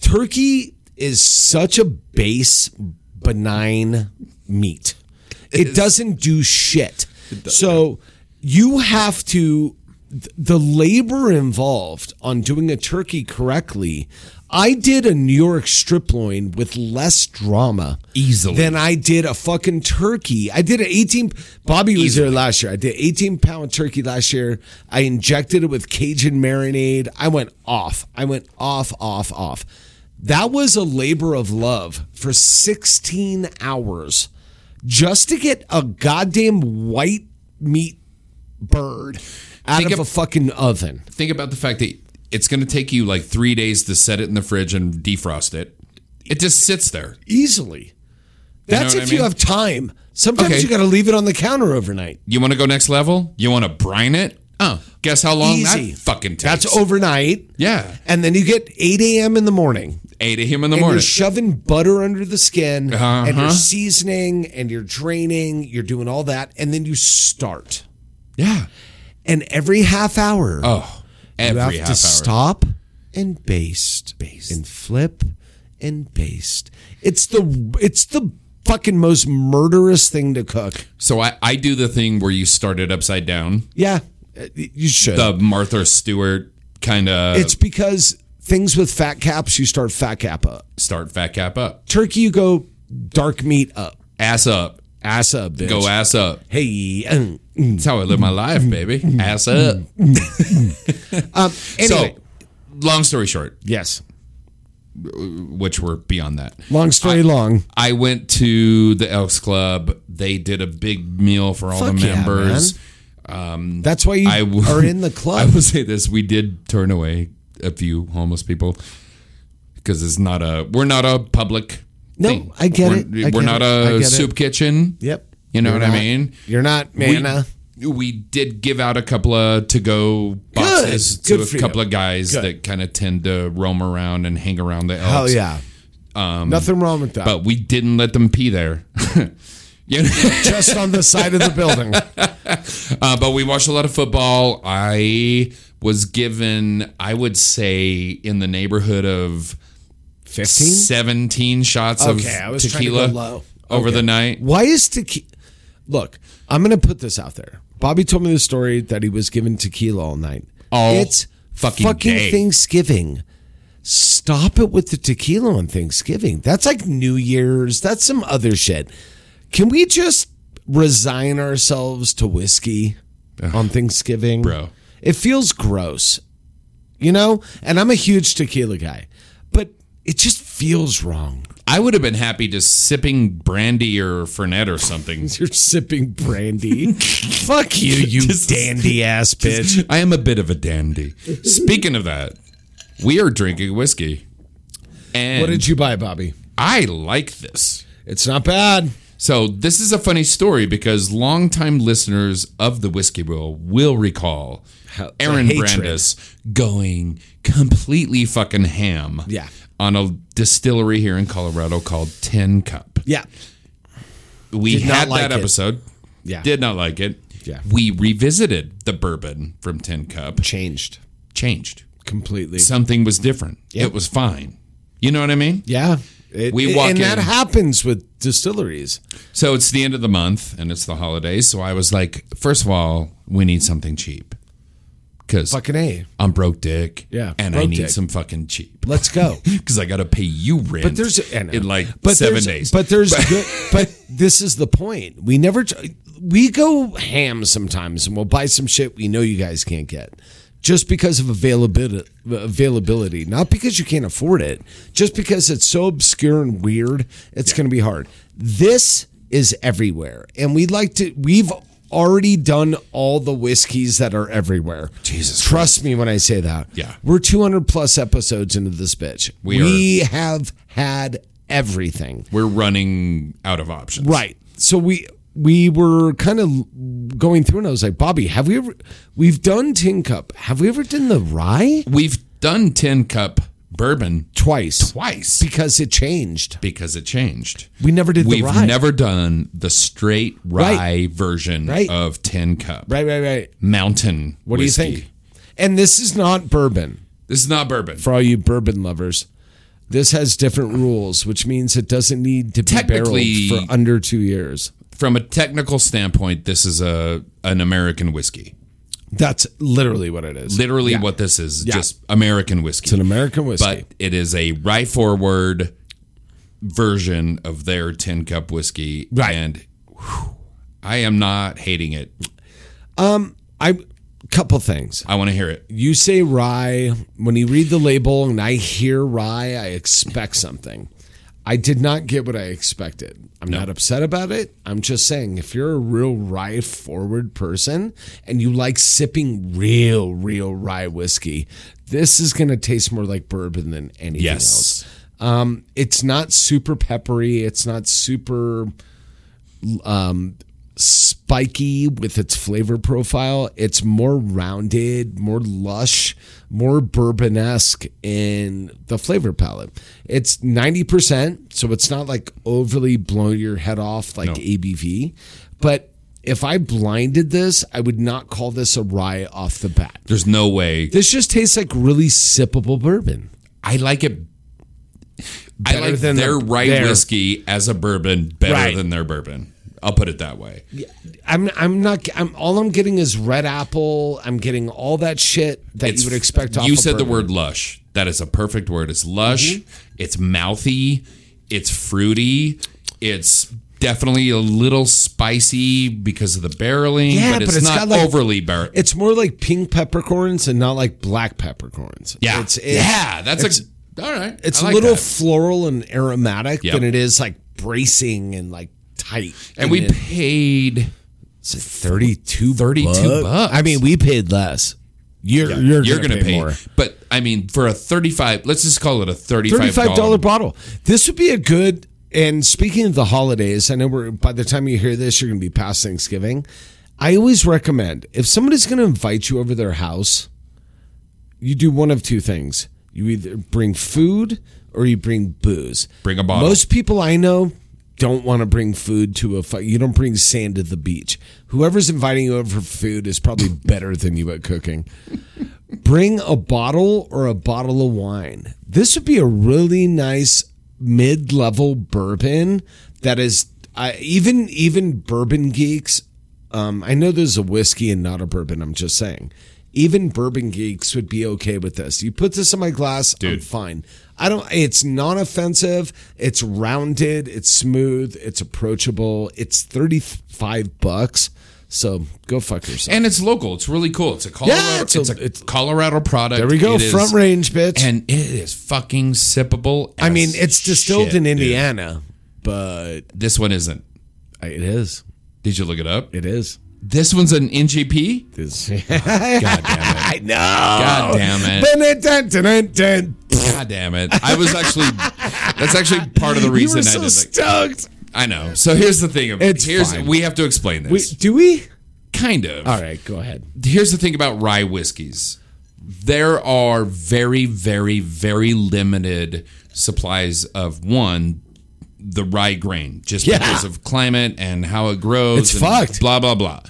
Speaker 3: Turkey is such a base, benign meat. It doesn't do shit. So you have to th- the labor involved on doing a turkey correctly. I did a New York strip loin with less drama
Speaker 2: Easily.
Speaker 3: than I did a fucking turkey. I did an 18 Bobby was there last year. I did 18 pound turkey last year. I injected it with Cajun marinade. I went off. I went off, off, off. That was a labor of love for 16 hours just to get a goddamn white meat bird out
Speaker 2: Think
Speaker 3: of
Speaker 2: of-
Speaker 3: a fucking oven.
Speaker 2: think about the fact that it's going to take you like three days to set it in the fridge and defrost it. It just sits there.
Speaker 3: Easily. That's
Speaker 2: what
Speaker 3: if
Speaker 2: I
Speaker 3: you
Speaker 2: mean?
Speaker 3: have time. Sometimes
Speaker 2: Okay.
Speaker 3: you got to leave it on the counter overnight.
Speaker 2: You want to go next level? You want to brine it? Oh, guess how long
Speaker 3: Uh. Easy.
Speaker 2: that fucking takes?
Speaker 3: That's overnight.
Speaker 2: Yeah.
Speaker 3: And then you get 8 a.m. in the morning.
Speaker 2: eight of him in the
Speaker 3: and you're
Speaker 2: morning.
Speaker 3: shoving butter under the skin and you're
Speaker 2: Uh-huh.
Speaker 3: seasoning and you're draining, you're doing all that, and then you start.
Speaker 2: yeah.
Speaker 3: And every half hour,
Speaker 2: Oh, every
Speaker 3: you have
Speaker 2: half
Speaker 3: to
Speaker 2: hour.
Speaker 3: stop and baste, and flip and baste. It's the it's the fucking most murderous thing to cook.
Speaker 2: So I, I do the thing where you start it upside down.
Speaker 3: Yeah, uh, you should.
Speaker 2: The Martha Stewart kind of
Speaker 3: it's because things with fat caps, you start fat cap up.
Speaker 2: start fat cap up,
Speaker 3: Turkey, you go dark meat up,
Speaker 2: ass up,
Speaker 3: ass up, bitch.
Speaker 2: go ass up.
Speaker 3: Hey, um,
Speaker 2: That's how I live my life, baby.
Speaker 3: Mm-hmm.
Speaker 2: Ass up.
Speaker 3: Um, anyway,
Speaker 2: So, long story short,
Speaker 3: yes.
Speaker 2: which we're beyond that.
Speaker 3: Long story long.
Speaker 2: I went to the Elks Club. They did a big meal for all
Speaker 3: Fuck
Speaker 2: the
Speaker 3: yeah,
Speaker 2: members. um,
Speaker 3: That's why you
Speaker 2: I w-
Speaker 3: are
Speaker 2: [laughs]
Speaker 3: in the
Speaker 2: I
Speaker 3: club.
Speaker 2: will say this: we did turn away a few homeless people because it's not a we're not a public.
Speaker 3: No,
Speaker 2: thing.
Speaker 3: Oh, I get
Speaker 2: we're,
Speaker 3: it. I
Speaker 2: we're
Speaker 3: get
Speaker 2: not
Speaker 3: it. I
Speaker 2: a
Speaker 3: get it.
Speaker 2: soup kitchen.
Speaker 3: yep.
Speaker 2: You know
Speaker 3: You're
Speaker 2: what
Speaker 3: not-
Speaker 2: I mean?
Speaker 3: You're not, man. uh,
Speaker 2: We, we did give out a couple of to go boxes
Speaker 3: Good.
Speaker 2: to
Speaker 3: Good for
Speaker 2: a couple
Speaker 3: you.
Speaker 2: of guys
Speaker 3: Good.
Speaker 2: that kind of tend to roam around and hang around the Elks.
Speaker 3: Hell yeah. Nothing wrong with that.
Speaker 2: um, But we didn't let them pee there. [laughs] Uh, you know?
Speaker 3: Just on the side of
Speaker 2: [laughs]
Speaker 3: the building.
Speaker 2: Uh, but we watched a lot of football. I was given, I would say, in the neighborhood of
Speaker 3: 15?
Speaker 2: 17 shots
Speaker 3: Okay, I
Speaker 2: of
Speaker 3: was trying to
Speaker 2: tequila
Speaker 3: go low.
Speaker 2: over
Speaker 3: Okay.
Speaker 2: the night.
Speaker 3: Why is tequila? Look, I'm going to put this out there. Bobby told me the story that he was given tequila all night.
Speaker 2: All
Speaker 3: it's
Speaker 2: fucking day.
Speaker 3: Thanksgiving. Stop it with the tequila on Thanksgiving. That's like New Year's. That's some other shit. Can we just resign ourselves to whiskey on Thanksgiving,
Speaker 2: Bro.
Speaker 3: It feels gross, you know. And I'm a huge tequila guy, but it just feels wrong.
Speaker 2: I would have been happy just sipping brandy or Fernet or something.
Speaker 3: [laughs] You're
Speaker 2: [laughs]
Speaker 3: sipping brandy. Fuck you, you dandy ass bitch.
Speaker 2: I am a bit of a
Speaker 3: [laughs]
Speaker 2: dandy. Speaking of that, we are drinking whiskey. [laughs] And
Speaker 3: What did you buy, Bobby?
Speaker 2: I like this.
Speaker 3: It's not bad.
Speaker 2: So this is a funny story because longtime listeners of the Whiskey Wheel will recall
Speaker 3: How- the
Speaker 2: Aaron
Speaker 3: hatred.
Speaker 2: Brandis going completely fucking ham
Speaker 3: Yeah.
Speaker 2: on a distillery here in Colorado called Tin Cup.
Speaker 3: Yeah.
Speaker 2: We
Speaker 3: Did not
Speaker 2: had
Speaker 3: like
Speaker 2: that
Speaker 3: it.
Speaker 2: episode.
Speaker 3: Yeah.
Speaker 2: Did not like it.
Speaker 3: Yeah.
Speaker 2: We revisited the bourbon from Tin Cup.
Speaker 3: changed
Speaker 2: Changed.
Speaker 3: completely.
Speaker 2: Something was different. It was fine. You know what I mean?
Speaker 3: yeah. It-
Speaker 2: We
Speaker 3: it-
Speaker 2: walk
Speaker 3: and that
Speaker 2: in.
Speaker 3: happens with distilleries.
Speaker 2: So it's the end of the month and it's the holidays. So I was like, first of all, we need something cheap because
Speaker 3: Fucking A.
Speaker 2: I'm broke, dick.
Speaker 3: Yeah,
Speaker 2: and I
Speaker 3: broke
Speaker 2: need
Speaker 3: dick.
Speaker 2: some fucking cheap
Speaker 3: Let's go.
Speaker 2: [laughs] because I got to pay you rent.
Speaker 3: But there's and, uh,
Speaker 2: in like
Speaker 3: but
Speaker 2: seven
Speaker 3: there's-
Speaker 2: days.
Speaker 3: But there's good, but this is the point. We never tr- we go ham sometimes, and we'll buy some shit we know you guys can't get just because of availability. Availability, not because you can't afford it, just because it's so obscure and weird. It's going to be hard. This is everywhere, and we'd like to. We've already done all the whiskeys that are everywhere.
Speaker 2: Jesus
Speaker 3: trust me when I say that.
Speaker 2: Yeah.
Speaker 3: we're 200 plus episodes into this bitch.
Speaker 2: We
Speaker 3: we have had everything.
Speaker 2: we're running out of options.
Speaker 3: Right. So we we were kind of going through, and I was like, Bobby, have we ever? We've done Tin Cup. Have we ever done the rye
Speaker 2: We've done tin cup bourbon
Speaker 3: twice?
Speaker 2: twice
Speaker 3: Because it changed.
Speaker 2: because it changed.
Speaker 3: We never did the
Speaker 2: We've
Speaker 3: rye.
Speaker 2: never done the straight rye
Speaker 3: Right.
Speaker 2: version
Speaker 3: Right.
Speaker 2: of tin cup.
Speaker 3: Right, right, right.
Speaker 2: Mountain.
Speaker 3: What
Speaker 2: whiskey.
Speaker 3: do you think? And this is not bourbon
Speaker 2: This is not bourbon.
Speaker 3: for all you bourbon lovers. This has different rules, which means it doesn't need to be
Speaker 2: Technically-
Speaker 3: barreled for under two years.
Speaker 2: from a technical standpoint, this is a an American whiskey.
Speaker 3: That's literally what it is.
Speaker 2: Literally, what this is
Speaker 3: Yeah.
Speaker 2: just American whiskey.
Speaker 3: It's an American whiskey.
Speaker 2: but it is a rye forward version of their tin cup whiskey.
Speaker 3: Right.
Speaker 2: and whew, I am not hating it.
Speaker 3: I couple things.
Speaker 2: I want to hear it.
Speaker 3: you say rye when you read the label and i hear rye i expect something i did not get what i expected i'm not upset about it i'm just saying if you're a real rye forward person and you like sipping real real rye whiskey this is going to taste more like bourbon than anything
Speaker 2: Yes.
Speaker 3: else um, it's not super peppery it's not super spiky with its flavor profile. It's more rounded, more lush, more bourbonesque in the flavor palette. It's 90%, so it's not like overly blow your head off like
Speaker 2: No.
Speaker 3: ABV. But if I blinded this, I would not call this a rye off the bat.
Speaker 2: There's no way.
Speaker 3: This just tastes like really sippable bourbon.
Speaker 2: I like it.
Speaker 3: Better
Speaker 2: I like
Speaker 3: than
Speaker 2: their
Speaker 3: the-
Speaker 2: rye
Speaker 3: their-
Speaker 2: whiskey as a bourbon better
Speaker 3: Right.
Speaker 2: than their bourbon. I'll put it that way.
Speaker 3: I'm I'm not I'm all I'm getting is red apple. I'm getting all that shit that you would expect off
Speaker 2: You
Speaker 3: of
Speaker 2: said the
Speaker 3: bourbon.
Speaker 2: word lush. That is a perfect word. It's lush.
Speaker 3: Mm-hmm.
Speaker 2: It's mouthy. It's fruity. It's definitely a little spicy because of the barreling,
Speaker 3: Yeah,
Speaker 2: but, it's
Speaker 3: but it's
Speaker 2: not
Speaker 3: got like-
Speaker 2: overly bar.
Speaker 3: It's more like pink peppercorns and not like black peppercorns.
Speaker 2: yeah,
Speaker 3: it's, it's-
Speaker 2: yeah. ah, That's
Speaker 3: it's,
Speaker 2: a all right.
Speaker 3: it's
Speaker 2: I like
Speaker 3: a little
Speaker 2: that.
Speaker 3: floral and aromatic
Speaker 2: Yeah.
Speaker 3: than it is like bracing and like tight.
Speaker 2: and we
Speaker 3: it-
Speaker 2: paid
Speaker 3: it's like 32 32
Speaker 2: bucks.
Speaker 3: I mean, we paid less. You're you're,
Speaker 2: you're
Speaker 3: going to
Speaker 2: pay,
Speaker 3: more.
Speaker 2: But I mean, for a thirty-five, let's just call it a thirty-five
Speaker 3: Thirty-five dollar bottle. This would be a good. And speaking of the holidays, I know we're by the time you hear this, you're going to be past Thanksgiving. I always recommend if somebody's going to invite you over their house, you do one of two things: you either bring food or you bring booze.
Speaker 2: Bring a bottle.
Speaker 3: Most people I know don't want to bring food to a fight. You don't bring sand to the beach. Whoever's inviting you over for food is probably better than you at cooking bring a bottle or a bottle of wine. This would be a really nice mid-level bourbon that is I even even bourbon geeks. Um, I know there's a whiskey and not a bourbon. I'm just saying, even bourbon geeks would be okay with this. You put this in my glass, I'm
Speaker 2: Dude.
Speaker 3: fine. I don't. It's non-offensive. It's rounded. It's smooth. It's approachable. It's thirty-five bucks. So go fuck yourself.
Speaker 2: and it's local. It's really cool. It's a Colorado.
Speaker 3: Yeah,
Speaker 2: it's,
Speaker 3: it's
Speaker 2: a,
Speaker 3: a- it's-
Speaker 2: Colorado product.
Speaker 3: there we go.
Speaker 2: It is-
Speaker 3: Front range, bitch.
Speaker 2: and it is fucking sippable.
Speaker 3: I
Speaker 2: as
Speaker 3: mean, it's distilled
Speaker 2: shit,
Speaker 3: in
Speaker 2: dude.
Speaker 3: Indiana, but
Speaker 2: This one isn't.
Speaker 3: it is.
Speaker 2: Did you look it up?
Speaker 3: It is.
Speaker 2: This one's an NGP.
Speaker 3: It is. [laughs] God damn it. I know.
Speaker 2: God damn it!
Speaker 3: Dun-dun-dun-dun-dun.
Speaker 2: God damn it! I was actually. That's actually part of the
Speaker 3: You
Speaker 2: reason
Speaker 3: were
Speaker 2: I
Speaker 3: so
Speaker 2: did. Like,
Speaker 3: stoked.
Speaker 2: I know. So here's the thing. About,
Speaker 3: It's
Speaker 2: here's
Speaker 3: fine.
Speaker 2: we have to explain
Speaker 3: We,
Speaker 2: this.
Speaker 3: do we?
Speaker 2: kind of.
Speaker 3: All right, go ahead.
Speaker 2: here's the thing about rye whiskeys there are very very very limited supplies of one the rye grain just
Speaker 3: Yeah.
Speaker 2: because of climate and how it grows
Speaker 3: It's
Speaker 2: and
Speaker 3: fucked.
Speaker 2: blah blah blah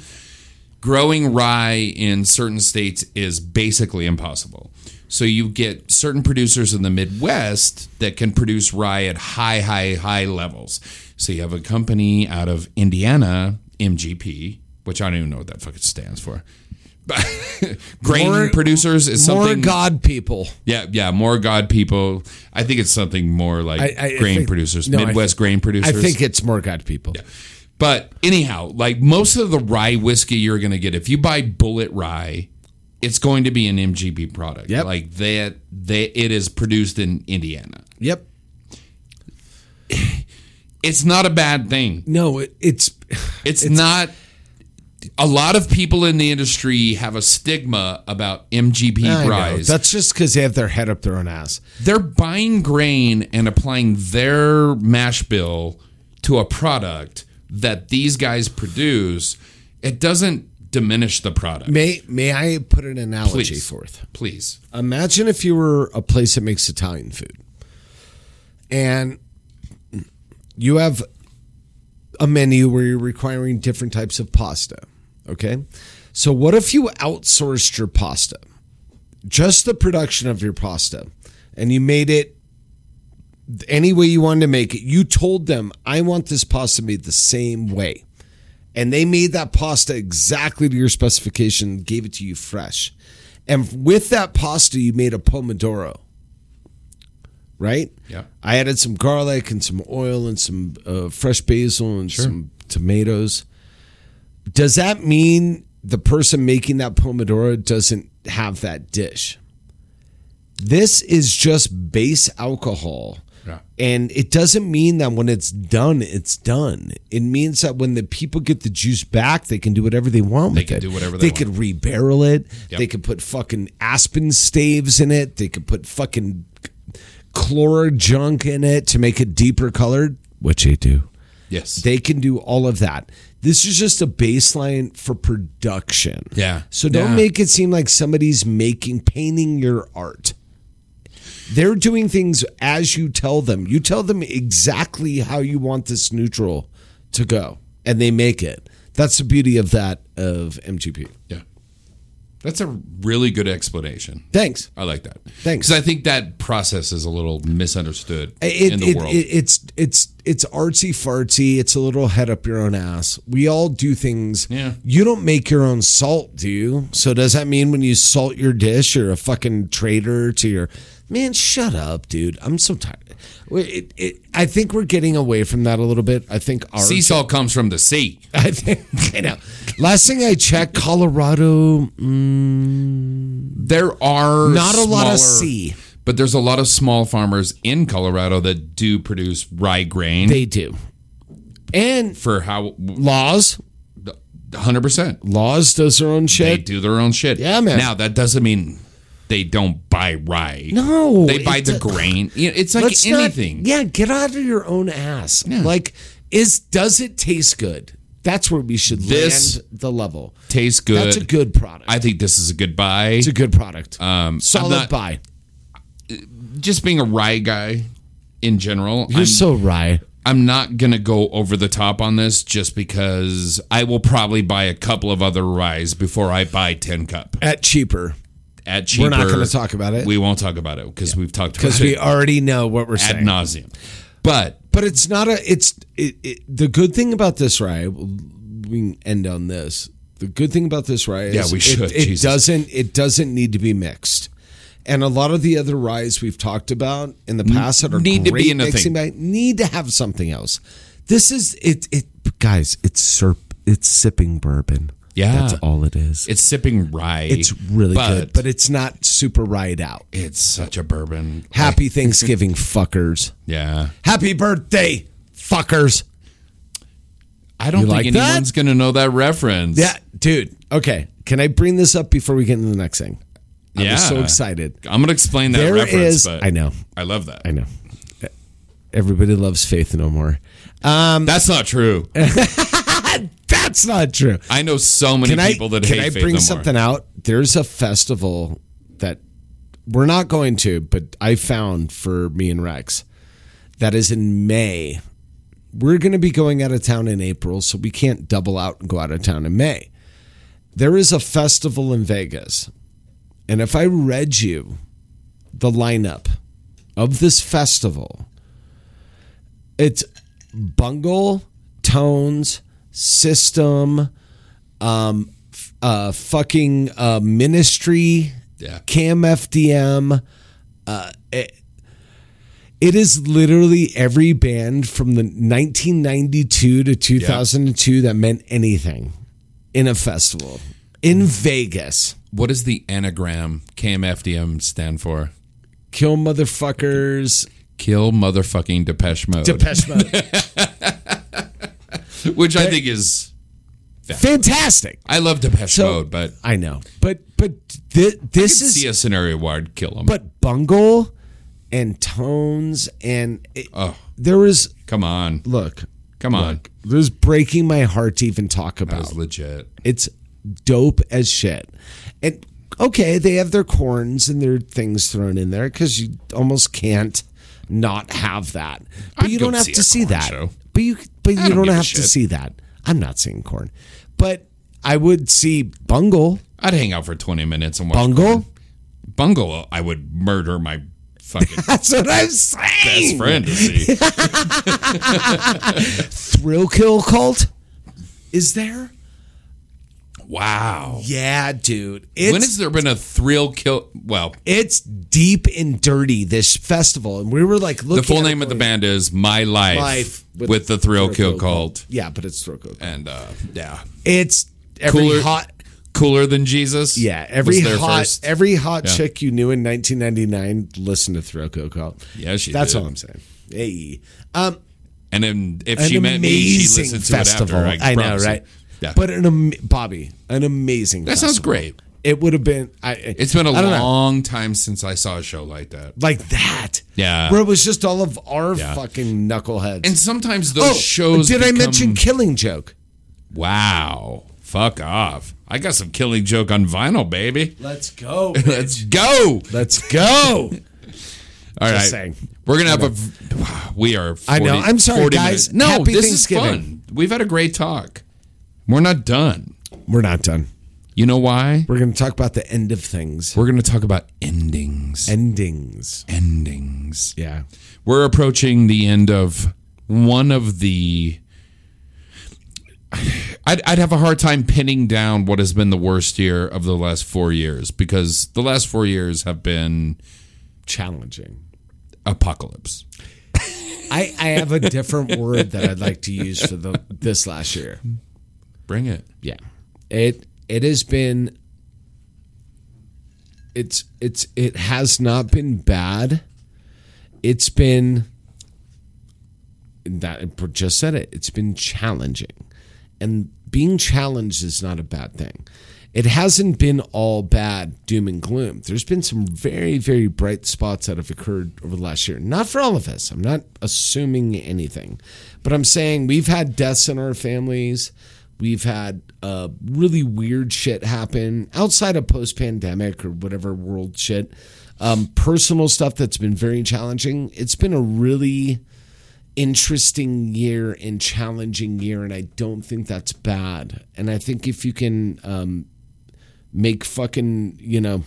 Speaker 2: growing rye in certain states is basically impossible so you get certain producers in the midwest that can produce rye at high high high levels so you have a company out of indiana mgp which i don't even know what that fucking stands for [laughs] grain
Speaker 3: More-
Speaker 2: producers is
Speaker 3: More
Speaker 2: something
Speaker 3: God people.
Speaker 2: yeah yeah more god people i think it's something more like
Speaker 3: I- I- I
Speaker 2: grain
Speaker 3: think-
Speaker 2: producers
Speaker 3: no, I
Speaker 2: midwest
Speaker 3: think-
Speaker 2: grain
Speaker 3: I
Speaker 2: producers
Speaker 3: think it's more God people.
Speaker 2: but anyhow like most of the rye whiskey you're going to get if you buy bullet rye it's going to be an mgb product
Speaker 3: Yep.
Speaker 2: like that that it is produced in indiana
Speaker 3: Yep.
Speaker 2: it's not a bad thing
Speaker 3: No, it, it's
Speaker 2: it's, not a lot of people in the industry have a stigma about mgb
Speaker 3: I know.
Speaker 2: rye
Speaker 3: That's just because they have their head up their own ass.
Speaker 2: they're buying grain and applying their mash bill to a product that these guys produce. It doesn't diminish the product.
Speaker 3: May may I put an analogy
Speaker 2: Please.
Speaker 3: forth?
Speaker 2: Please.
Speaker 3: Imagine if you were a place that makes Italian food and you have a menu where you're requiring different types of pasta. Okay. So, what if you outsourced your pasta, just the production of your pasta, and you made it any way you wanted to make it? You told them, I want this pasta made the same way. And they made that pasta exactly to your specification, gave it to you fresh. And with that pasta, you made a pomodoro, right?
Speaker 2: Yeah.
Speaker 3: I added some garlic and some oil and some uh, fresh basil and some tomatoes. Does that mean the person making that pomodoro doesn't have that dish? This is just base alcohol.
Speaker 2: Yeah.
Speaker 3: And it doesn't mean that when it's done, it's done. It means that when the people get the juice back, they can do whatever they want
Speaker 2: They
Speaker 3: with
Speaker 2: can
Speaker 3: it.
Speaker 2: do whatever they
Speaker 3: they
Speaker 2: want.
Speaker 3: could rebarrel it.
Speaker 2: Yep.
Speaker 3: They could put fucking aspen staves in it. They could put fucking chlor junk in it to make it deeper colored, which they do.
Speaker 2: Yes.
Speaker 3: They can do all of that. This is just a baseline for production.
Speaker 2: Yeah.
Speaker 3: So don't
Speaker 2: Yeah.
Speaker 3: make it seem like somebody's making painting your art. They're doing things as you tell them. You tell them exactly how you want this neutral to go, and they make it. That's the beauty of that of MGP.
Speaker 2: Yeah. That's a really good explanation.
Speaker 3: Thanks.
Speaker 2: I like that.
Speaker 3: Thanks.
Speaker 2: Because I think that process is a little misunderstood
Speaker 3: It,
Speaker 2: in the
Speaker 3: it-
Speaker 2: world.
Speaker 3: it- it's it's it's artsy fartsy. It's a little head up your own ass. We all do things.
Speaker 2: Yeah.
Speaker 3: You don't make your own salt, do you? So does that mean when you salt your dish, you're a fucking traitor to your man? Shut up, dude. I'm so tired. It, it, I think we're getting away from that a little bit. I think our
Speaker 2: sea salt comes from the sea.
Speaker 3: [laughs] I think I know. Last thing I checked, Colorado.
Speaker 2: There are
Speaker 3: Not a lot of
Speaker 2: smaller-
Speaker 3: sea.
Speaker 2: but there's a lot of small farmers in Colorado that do produce rye grain
Speaker 3: They do, and
Speaker 2: for how
Speaker 3: laws.
Speaker 2: 100. percent
Speaker 3: Laws does their own
Speaker 2: They
Speaker 3: shit.
Speaker 2: do their own shit.
Speaker 3: Yeah, man.
Speaker 2: Now that doesn't mean they don't buy rye.
Speaker 3: No,
Speaker 2: they buy
Speaker 3: it
Speaker 2: the
Speaker 3: do-
Speaker 2: grain. You know, It's like
Speaker 3: Let's not-
Speaker 2: anything.
Speaker 3: yeah, get out of your own ass. Like, is does it taste good? That's where we should
Speaker 2: This
Speaker 3: land the level.
Speaker 2: Tastes good.
Speaker 3: That's a good product.
Speaker 2: I think this is a good buy.
Speaker 3: it's a good product.
Speaker 2: Um,
Speaker 3: Solid
Speaker 2: I'm not-
Speaker 3: buy.
Speaker 2: Just being a rye guy in general,
Speaker 3: You're
Speaker 2: I'm,
Speaker 3: so right.
Speaker 2: I'm not gonna go over the top on this just because I will probably buy a couple of other ryes before I buy ten cup
Speaker 3: At cheaper
Speaker 2: at cheaper.
Speaker 3: We're not gonna talk about it.
Speaker 2: We won't talk about it because we've talked about
Speaker 3: because we
Speaker 2: it
Speaker 3: already know what we're
Speaker 2: ad
Speaker 3: saying.
Speaker 2: nauseum. But
Speaker 3: but it's not a. It's it, it, the good thing about this rye. We can end on this. The good thing about this rye is
Speaker 2: Yeah, we
Speaker 3: it-
Speaker 2: should,
Speaker 3: It,
Speaker 2: Jesus.
Speaker 3: doesn't. It doesn't need to be mixed. And a lot of the other ryes we've talked about in the past that are
Speaker 2: Need to be
Speaker 3: great
Speaker 2: in a
Speaker 3: mixing
Speaker 2: thing.
Speaker 3: by- need to have something else. This is it. It guys, it's sirp. It's sipping bourbon.
Speaker 2: Yeah.
Speaker 3: that's all it is.
Speaker 2: it's sipping rye.
Speaker 3: It's really
Speaker 2: but
Speaker 3: good, but it's not super rye out.
Speaker 2: it's such a bourbon.
Speaker 3: Happy Thanksgiving, fuckers.
Speaker 2: Yeah.
Speaker 3: Happy birthday, fuckers.
Speaker 2: I don't
Speaker 3: You
Speaker 2: think
Speaker 3: like that?
Speaker 2: anyone's gonna know that reference.
Speaker 3: Yeah, dude. Okay. Can I bring this up before we get into the next thing? I'm
Speaker 2: Yeah.
Speaker 3: so excited.
Speaker 2: I'm gonna explain that
Speaker 3: There is.
Speaker 2: reference, but
Speaker 3: I know.
Speaker 2: I love that.
Speaker 3: I know. Everybody loves Faith No More. Um,
Speaker 2: That's not true.
Speaker 3: That's not true.
Speaker 2: I know so many
Speaker 3: Can I,
Speaker 2: people that
Speaker 3: can
Speaker 2: hate
Speaker 3: I
Speaker 2: Faith
Speaker 3: bring
Speaker 2: No More.
Speaker 3: something out? There's a festival that we're not going to, but I found for me and Rex that is in May. We're going to be going out of town in April, so we can't double out and go out of town in May. There is a festival in Vegas. And if I read you the lineup of this festival, it's Bungle, Tones, System, um, f- uh, fucking uh, Ministry,
Speaker 2: Yeah.
Speaker 3: Cam FDM. Uh, it- it is literally every band from the 1992 to 2002 that meant anything in a festival in Vegas.
Speaker 2: What does the anagram KMFDM stand for?
Speaker 3: Kill motherfuckers.
Speaker 2: Kill motherfucking Depeche Mode,
Speaker 3: Depeche
Speaker 2: [laughs]
Speaker 3: Mode.
Speaker 2: which I think is
Speaker 3: Fantastic.
Speaker 2: I love Depeche
Speaker 3: So-
Speaker 2: Mode, but
Speaker 3: I know, but but thi-
Speaker 2: I
Speaker 3: this
Speaker 2: could
Speaker 3: is
Speaker 2: see a scenario where I'd kill him.
Speaker 3: but bungle and tones and it,
Speaker 2: oh,
Speaker 3: there was
Speaker 2: come on,
Speaker 3: look
Speaker 2: come on,
Speaker 3: there's breaking my heart to even talk
Speaker 2: that
Speaker 3: about.
Speaker 2: was legit.
Speaker 3: It's dope as shit. And okay, they have their corns and their things thrown in there because you almost can't not have that. But
Speaker 2: I'd
Speaker 3: you don't
Speaker 2: go
Speaker 3: have
Speaker 2: see
Speaker 3: to
Speaker 2: a
Speaker 3: see
Speaker 2: corn
Speaker 3: that.
Speaker 2: show.
Speaker 3: But you but you
Speaker 2: don't
Speaker 3: don't,
Speaker 2: give a
Speaker 3: have to
Speaker 2: shit.
Speaker 3: see that. I'm not seeing corn. But I would see bungle.
Speaker 2: I'd hang out for twenty minutes and watch
Speaker 3: Bungle?
Speaker 2: Bungle. I would murder my
Speaker 3: [laughs]
Speaker 2: fucking
Speaker 3: [laughs] That's what I'm
Speaker 2: best
Speaker 3: saying.
Speaker 2: friend to
Speaker 3: [laughs]
Speaker 2: see.
Speaker 3: Thrill kill cult is there?
Speaker 2: Wow.
Speaker 3: Yeah, dude. It's
Speaker 2: when has there been a thrill kill? Well,
Speaker 3: it's deep and dirty this festival, and we were like looking.
Speaker 2: the full
Speaker 3: at it
Speaker 2: name of the
Speaker 3: going,
Speaker 2: band is My Life,
Speaker 3: Life
Speaker 2: with, the Thrill, Kill Cult,
Speaker 3: Yeah, but it's thrill kill. Cult.
Speaker 2: and uh, yeah,
Speaker 3: It's every
Speaker 2: Cooler-
Speaker 3: hot.
Speaker 2: cooler than Jesus.
Speaker 3: Yeah, every
Speaker 2: was their
Speaker 3: hot
Speaker 2: first-
Speaker 3: every hot
Speaker 2: Yeah.
Speaker 3: chick you knew in 1999 listened to Thrill Kill Cult.
Speaker 2: Yeah, she
Speaker 3: That's
Speaker 2: did.
Speaker 3: all I'm saying. Hey, um,
Speaker 2: and then if
Speaker 3: an
Speaker 2: she met me, she
Speaker 3: amazing
Speaker 2: listened to
Speaker 3: festival.
Speaker 2: it after.
Speaker 3: I, know,
Speaker 2: promise you.
Speaker 3: right?
Speaker 2: Yeah,
Speaker 3: But an am- Bobby, an amazing.
Speaker 2: that sounds
Speaker 3: festival.
Speaker 2: great.
Speaker 3: it would have been. I,
Speaker 2: It's been a
Speaker 3: I don't know.
Speaker 2: long time since I saw a show like that.
Speaker 3: like that.
Speaker 2: Yeah.
Speaker 3: Where it was just all of our
Speaker 2: Yeah.
Speaker 3: fucking knuckleheads.
Speaker 2: And sometimes those shows.
Speaker 3: Oh, Did I
Speaker 2: become-
Speaker 3: mention Killing Joke?
Speaker 2: Wow. Fuck off. I got some killing joke on vinyl, baby.
Speaker 3: Let's go.
Speaker 2: Let's go.
Speaker 3: [laughs] Let's [laughs] go.
Speaker 2: All right.
Speaker 3: saying.
Speaker 2: We're going to have a. v- We are. 40,
Speaker 3: I know. I'm sorry,
Speaker 2: 40 minutes-
Speaker 3: guys.
Speaker 2: No,
Speaker 3: Happy
Speaker 2: this is
Speaker 3: Thanksgiving.
Speaker 2: fun. We've had a great talk. We're not done.
Speaker 3: We're not done.
Speaker 2: You know why?
Speaker 3: We're going to talk about the end of things.
Speaker 2: We're going to talk about endings.
Speaker 3: Endings.
Speaker 2: endings.
Speaker 3: Yeah.
Speaker 2: We're approaching the end of one of the. I'd, I'd have a hard time pinning down what has been the worst year of the last four years because the last four years have been
Speaker 3: Challenging.
Speaker 2: apocalypse.
Speaker 3: I, I have a [laughs] different word that I'd like to use for the this last year.
Speaker 2: Bring it.
Speaker 3: Yeah. It it has been it's it's it has not been bad. It's been that I just said it. It's been challenging. And being challenged is not a bad thing. It hasn't been all bad doom and gloom. There's been some very, very bright spots that have occurred over the last year. Not for all of us. I'm not assuming anything. But I'm saying we've had deaths in our families. We've had uh, really weird shit happen outside of post pandemic or whatever world shit. Um, personal stuff that's been very challenging. It's been a really interesting year and challenging year, and I don't think that's bad. And I think if you can um, make fucking, you know,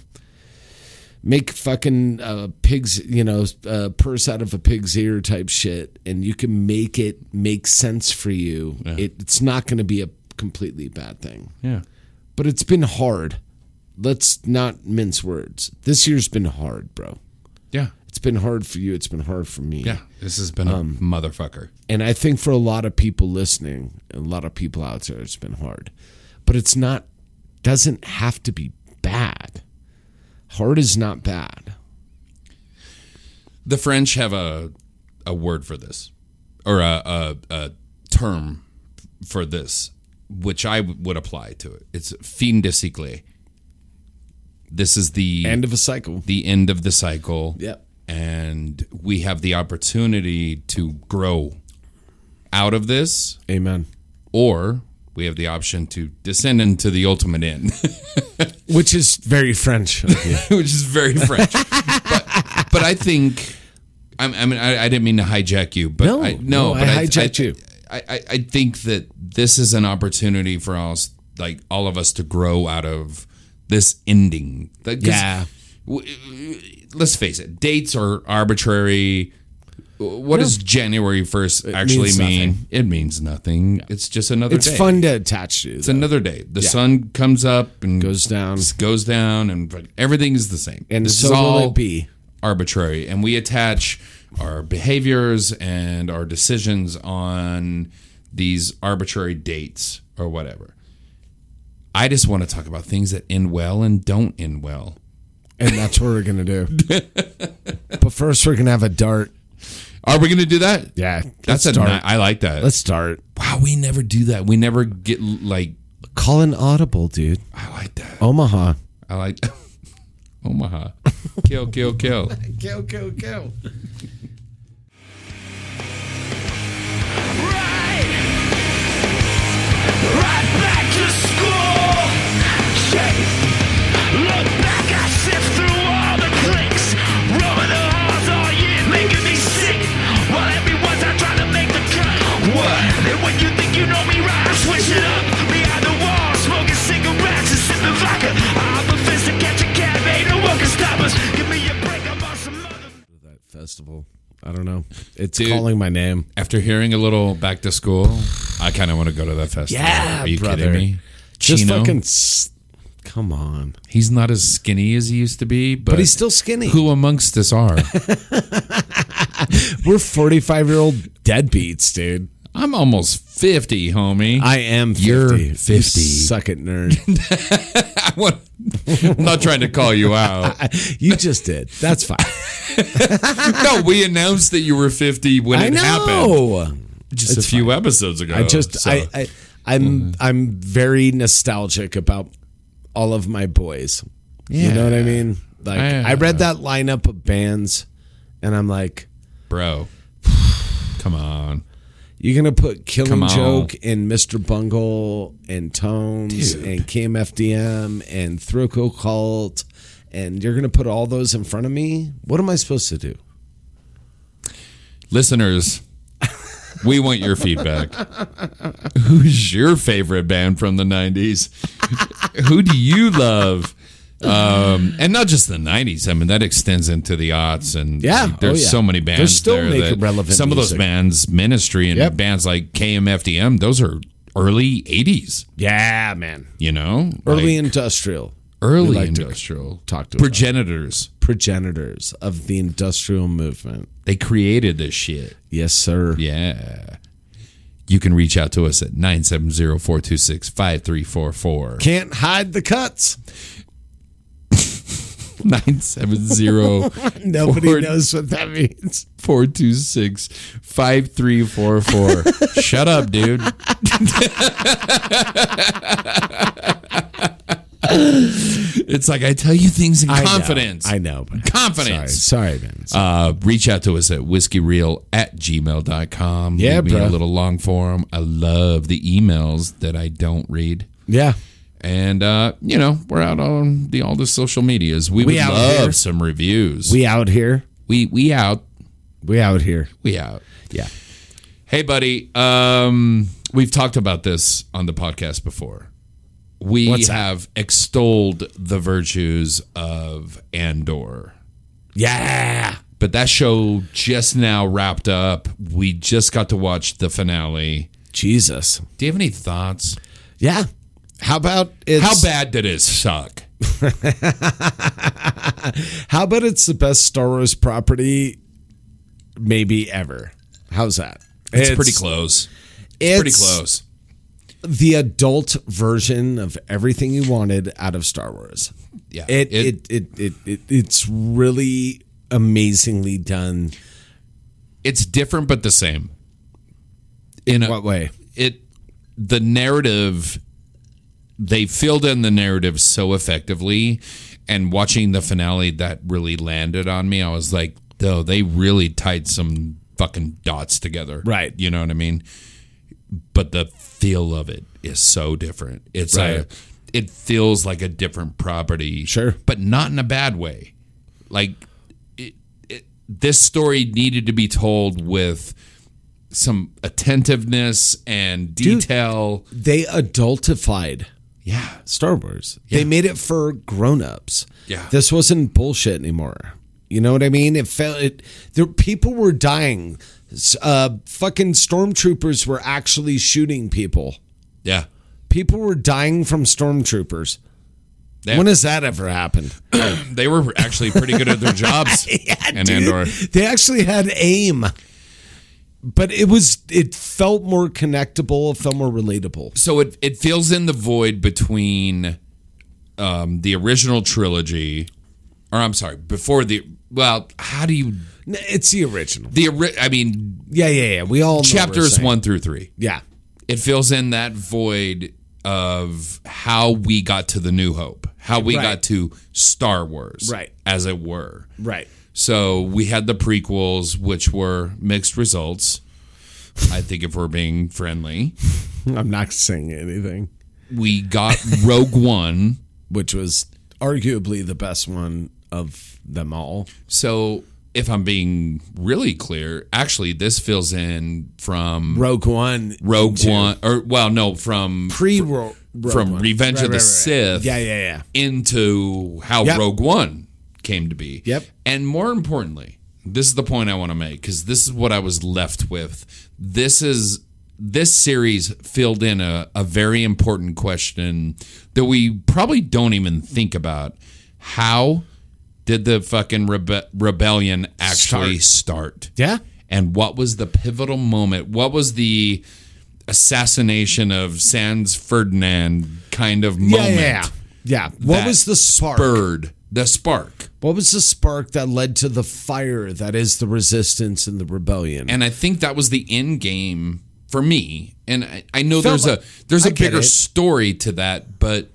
Speaker 3: make fucking uh, pigs, you know, uh, purse out of a pig's ear type shit, and you can make it make sense for you, it, it's not going to be a completely bad thing.
Speaker 2: Yeah.
Speaker 3: But it's been hard. Let's not mince words. This year's been hard, bro.
Speaker 2: Yeah.
Speaker 3: It's been hard for you. It's been hard for me.
Speaker 2: Yeah. Um, This has been a motherfucker.
Speaker 3: And I think for a lot of people listening, a lot of people out there, it's been hard. But it's not, doesn't have to be bad. Hard is not bad.
Speaker 2: The French have a a word for this, or a, a, a term for this, which I would apply to it. It's fin de cycle. This is the
Speaker 3: End of a cycle.
Speaker 2: the end of the cycle.
Speaker 3: Yep.
Speaker 2: And we have the opportunity to grow out of this,
Speaker 3: Amen.
Speaker 2: or we have the option to descend into the ultimate end, [laughs]
Speaker 3: Which is very [laughs] French. of you.
Speaker 2: which is very
Speaker 3: [laughs]
Speaker 2: French. but, but I think, I, I mean, I, I didn't mean to hijack you, but
Speaker 3: No,
Speaker 2: I, no,
Speaker 3: no,
Speaker 2: but
Speaker 3: I
Speaker 2: th-
Speaker 3: hijacked
Speaker 2: I,
Speaker 3: you.
Speaker 2: I, I, I think that this is an opportunity for us, like all of us, to grow out of this ending. Like, 'cause
Speaker 3: Yeah.
Speaker 2: w- let's face it, dates are arbitrary. What does January first actually
Speaker 3: means
Speaker 2: mean?
Speaker 3: nothing.
Speaker 2: It means nothing. It's just another.
Speaker 3: it's
Speaker 2: day.
Speaker 3: fun to attach to.
Speaker 2: It's another day. The sun comes up and
Speaker 3: Goes down.
Speaker 2: goes down, and but everything is the same.
Speaker 3: and
Speaker 2: This
Speaker 3: so
Speaker 2: is all
Speaker 3: will it be.
Speaker 2: arbitrary, and we attach our behaviors and our decisions on these arbitrary dates or whatever. I just want to talk about things that end well and don't end well.
Speaker 3: And that's what we're going
Speaker 2: [laughs]
Speaker 3: to do. but first, we're going to have a dart.
Speaker 2: Are we going to do that?
Speaker 3: Yeah.
Speaker 2: that's
Speaker 3: let's
Speaker 2: a. ni- I like that.
Speaker 3: Let's start.
Speaker 2: wow, we never do that. We never get like.
Speaker 3: Call an audible, dude.
Speaker 2: I like that.
Speaker 3: Omaha.
Speaker 2: I like Omaha. Kill, kill, kill.
Speaker 3: [laughs] Go, go, go. Festival. I don't know. It's
Speaker 2: Dude.
Speaker 3: calling my name.
Speaker 2: After hearing a little back to school, I kind of want to go to that festival.
Speaker 3: Yeah,
Speaker 2: Are you
Speaker 3: brother.
Speaker 2: kidding me?
Speaker 3: Just
Speaker 2: Chino,
Speaker 3: fucking. s- Come on.
Speaker 2: he's not as skinny as he used to be, but,
Speaker 3: But he's still skinny.
Speaker 2: Who amongst us are?
Speaker 3: We're 45 year old deadbeats, dude.
Speaker 2: I'm almost 50, homie.
Speaker 3: I am 50.
Speaker 2: You're
Speaker 3: You
Speaker 2: 50.
Speaker 3: suck it, nerd.
Speaker 2: I want- I'm not trying to call you
Speaker 3: [laughs]
Speaker 2: out.
Speaker 3: [laughs] you just did. That's fine.
Speaker 2: No, we announced that you were 50 when
Speaker 3: [laughs] I
Speaker 2: it happened
Speaker 3: know.
Speaker 2: just a few episodes Mm-hmm. ago.
Speaker 3: I just,
Speaker 2: so-
Speaker 3: I, I, I'm, I'm very nostalgic about all of my boys. You
Speaker 2: Yeah.
Speaker 3: know what I mean? Like
Speaker 2: Yeah.
Speaker 3: I read that lineup of bands and I'm like,
Speaker 2: bro. [sighs] Come on,
Speaker 3: you're gonna put
Speaker 2: Come
Speaker 3: Killing
Speaker 2: on.
Speaker 3: Joke and Mr. Bungle and Tones
Speaker 2: Dude.
Speaker 3: and KMFDM and Throco Cult and you're gonna put all those in front of me? What am I supposed to do?
Speaker 2: listeners. We want your feedback. Who's your favorite band from the '90s? Who do you love? Um, and not just the '90s. I mean, that extends into the aughts, and
Speaker 3: Yeah. Oh,
Speaker 2: there's
Speaker 3: yeah.
Speaker 2: so many bands.
Speaker 3: They're still
Speaker 2: there
Speaker 3: making
Speaker 2: that-
Speaker 3: relevant
Speaker 2: Some of those
Speaker 3: music.
Speaker 2: bands, Ministry, and
Speaker 3: Yep.
Speaker 2: bands like KMFDM. Those are early '80s.
Speaker 3: Yeah, man.
Speaker 2: You know,
Speaker 3: Early
Speaker 2: Like,
Speaker 3: industrial.
Speaker 2: early
Speaker 3: we like to
Speaker 2: industrial
Speaker 3: talk to about.
Speaker 2: progenitors.
Speaker 3: progenitors of the industrial movement.
Speaker 2: They created this shit.
Speaker 3: Yes, sir.
Speaker 2: Yeah. You can reach out to us at 970-426-5344.
Speaker 3: Can't hide the cuts. [laughs]
Speaker 2: 970-426-5344.
Speaker 3: Nobody
Speaker 2: Ford.
Speaker 3: knows what that means. [laughs]
Speaker 2: Shut up, dude. it's like I tell you things in confidence.
Speaker 3: I know. but-
Speaker 2: Confidence.
Speaker 3: Sorry, sorry man.
Speaker 2: Uh, reach out to us at whiskeyreal at gmail.com.
Speaker 3: Yeah,
Speaker 2: Leave me
Speaker 3: bro.
Speaker 2: a little long form. I love the emails that I don't read.
Speaker 3: yeah.
Speaker 2: And, uh, you know, we're out on the all the social medias. We,
Speaker 3: We
Speaker 2: would
Speaker 3: out
Speaker 2: love
Speaker 3: here.
Speaker 2: some reviews.
Speaker 3: We out here.
Speaker 2: we, we out.
Speaker 3: We out here.
Speaker 2: We out.
Speaker 3: Yeah.
Speaker 2: Hey, buddy. Um, we've talked about this on the podcast before. We
Speaker 3: What's that?
Speaker 2: have extolled the virtues of Andor.
Speaker 3: Yeah.
Speaker 2: But that show just now wrapped up. We just got to watch the finale.
Speaker 3: Jesus.
Speaker 2: Do you have any thoughts?
Speaker 3: Yeah. How about it's
Speaker 2: How bad did it suck?
Speaker 3: How about it's the best Star Wars property maybe ever? How's that?
Speaker 2: It's, pretty close. It's pretty close.
Speaker 3: The adult version of everything you wanted out of Star Wars.
Speaker 2: Yeah.
Speaker 3: It it it it, it it's really amazingly done.
Speaker 2: it's different but the same. In a,
Speaker 3: What way?
Speaker 2: it the narrative they filled in the narrative so effectively and watching the finale that really landed on me i was like though they really tied some fucking dots together
Speaker 3: Right.
Speaker 2: you know what i mean but the feel of it is so different it's a
Speaker 3: Right.
Speaker 2: it feels like a different property
Speaker 3: Sure.
Speaker 2: but not in a bad way like it, it, this story needed to be told with some attentiveness and detail.
Speaker 3: They adultified
Speaker 2: yeah,
Speaker 3: Star Wars. They made it for grown-ups.
Speaker 2: Yeah.
Speaker 3: This wasn't bullshit anymore. You know what I mean? It felt it there people were dying. S- Uh fucking stormtroopers were actually shooting people.
Speaker 2: yeah. [clears throat]
Speaker 3: People were dying from stormtroopers.
Speaker 2: Yeah.
Speaker 3: When has that
Speaker 2: [laughs]
Speaker 3: ever happened?
Speaker 2: They were actually pretty good at
Speaker 3: [laughs]
Speaker 2: their jobs. and Andor,
Speaker 3: They actually had aim. But it was it felt more connectable, it felt more relatable.
Speaker 2: so it it fills in the void between um, the original trilogy, or I'm sorry, before the well, how do you
Speaker 3: N- It's the original.
Speaker 2: the ori- I mean
Speaker 3: Yeah, yeah, yeah. We all know what we're
Speaker 2: chapters
Speaker 3: saying.
Speaker 2: one through three.
Speaker 3: Yeah.
Speaker 2: it fills in that void of how we got to the new hope how we
Speaker 3: Right.
Speaker 2: got to star wars
Speaker 3: Right.
Speaker 2: as it were
Speaker 3: Right.
Speaker 2: so we had the prequels which were mixed results i think if we're being friendly
Speaker 3: I'm not saying anything.
Speaker 2: we
Speaker 3: [laughs]
Speaker 2: got rogue one
Speaker 3: Which was arguably the best one of them all.
Speaker 2: so if i'm being really clear actually this fills in from
Speaker 3: Rogue One.
Speaker 2: rogue one or well no from
Speaker 3: Pre Rogue
Speaker 2: from Revenge of the Sith.
Speaker 3: Yeah, yeah, yeah.
Speaker 2: into how
Speaker 3: Yep.
Speaker 2: Rogue One came to be.
Speaker 3: Yep.
Speaker 2: And more importantly, this is the point I want to make because this is what I was left with. This is this series filled in a, a very important question that we probably don't even think about. How did the fucking rebe- rebellion actually start?
Speaker 3: Yeah.
Speaker 2: And what was the pivotal moment? What was the assassination of Sans Ferdinand kind of
Speaker 3: Yeah,
Speaker 2: moment?
Speaker 3: yeah, yeah. Yeah. What
Speaker 2: that
Speaker 3: was the spark?
Speaker 2: Bird, the spark.
Speaker 3: What was the spark that led to the fire that is the resistance and the rebellion?
Speaker 2: And I think that was the end game for me. And I, I know
Speaker 3: Felt
Speaker 2: there's a there's
Speaker 3: I
Speaker 2: a
Speaker 3: get
Speaker 2: bigger
Speaker 3: it.
Speaker 2: story to that, but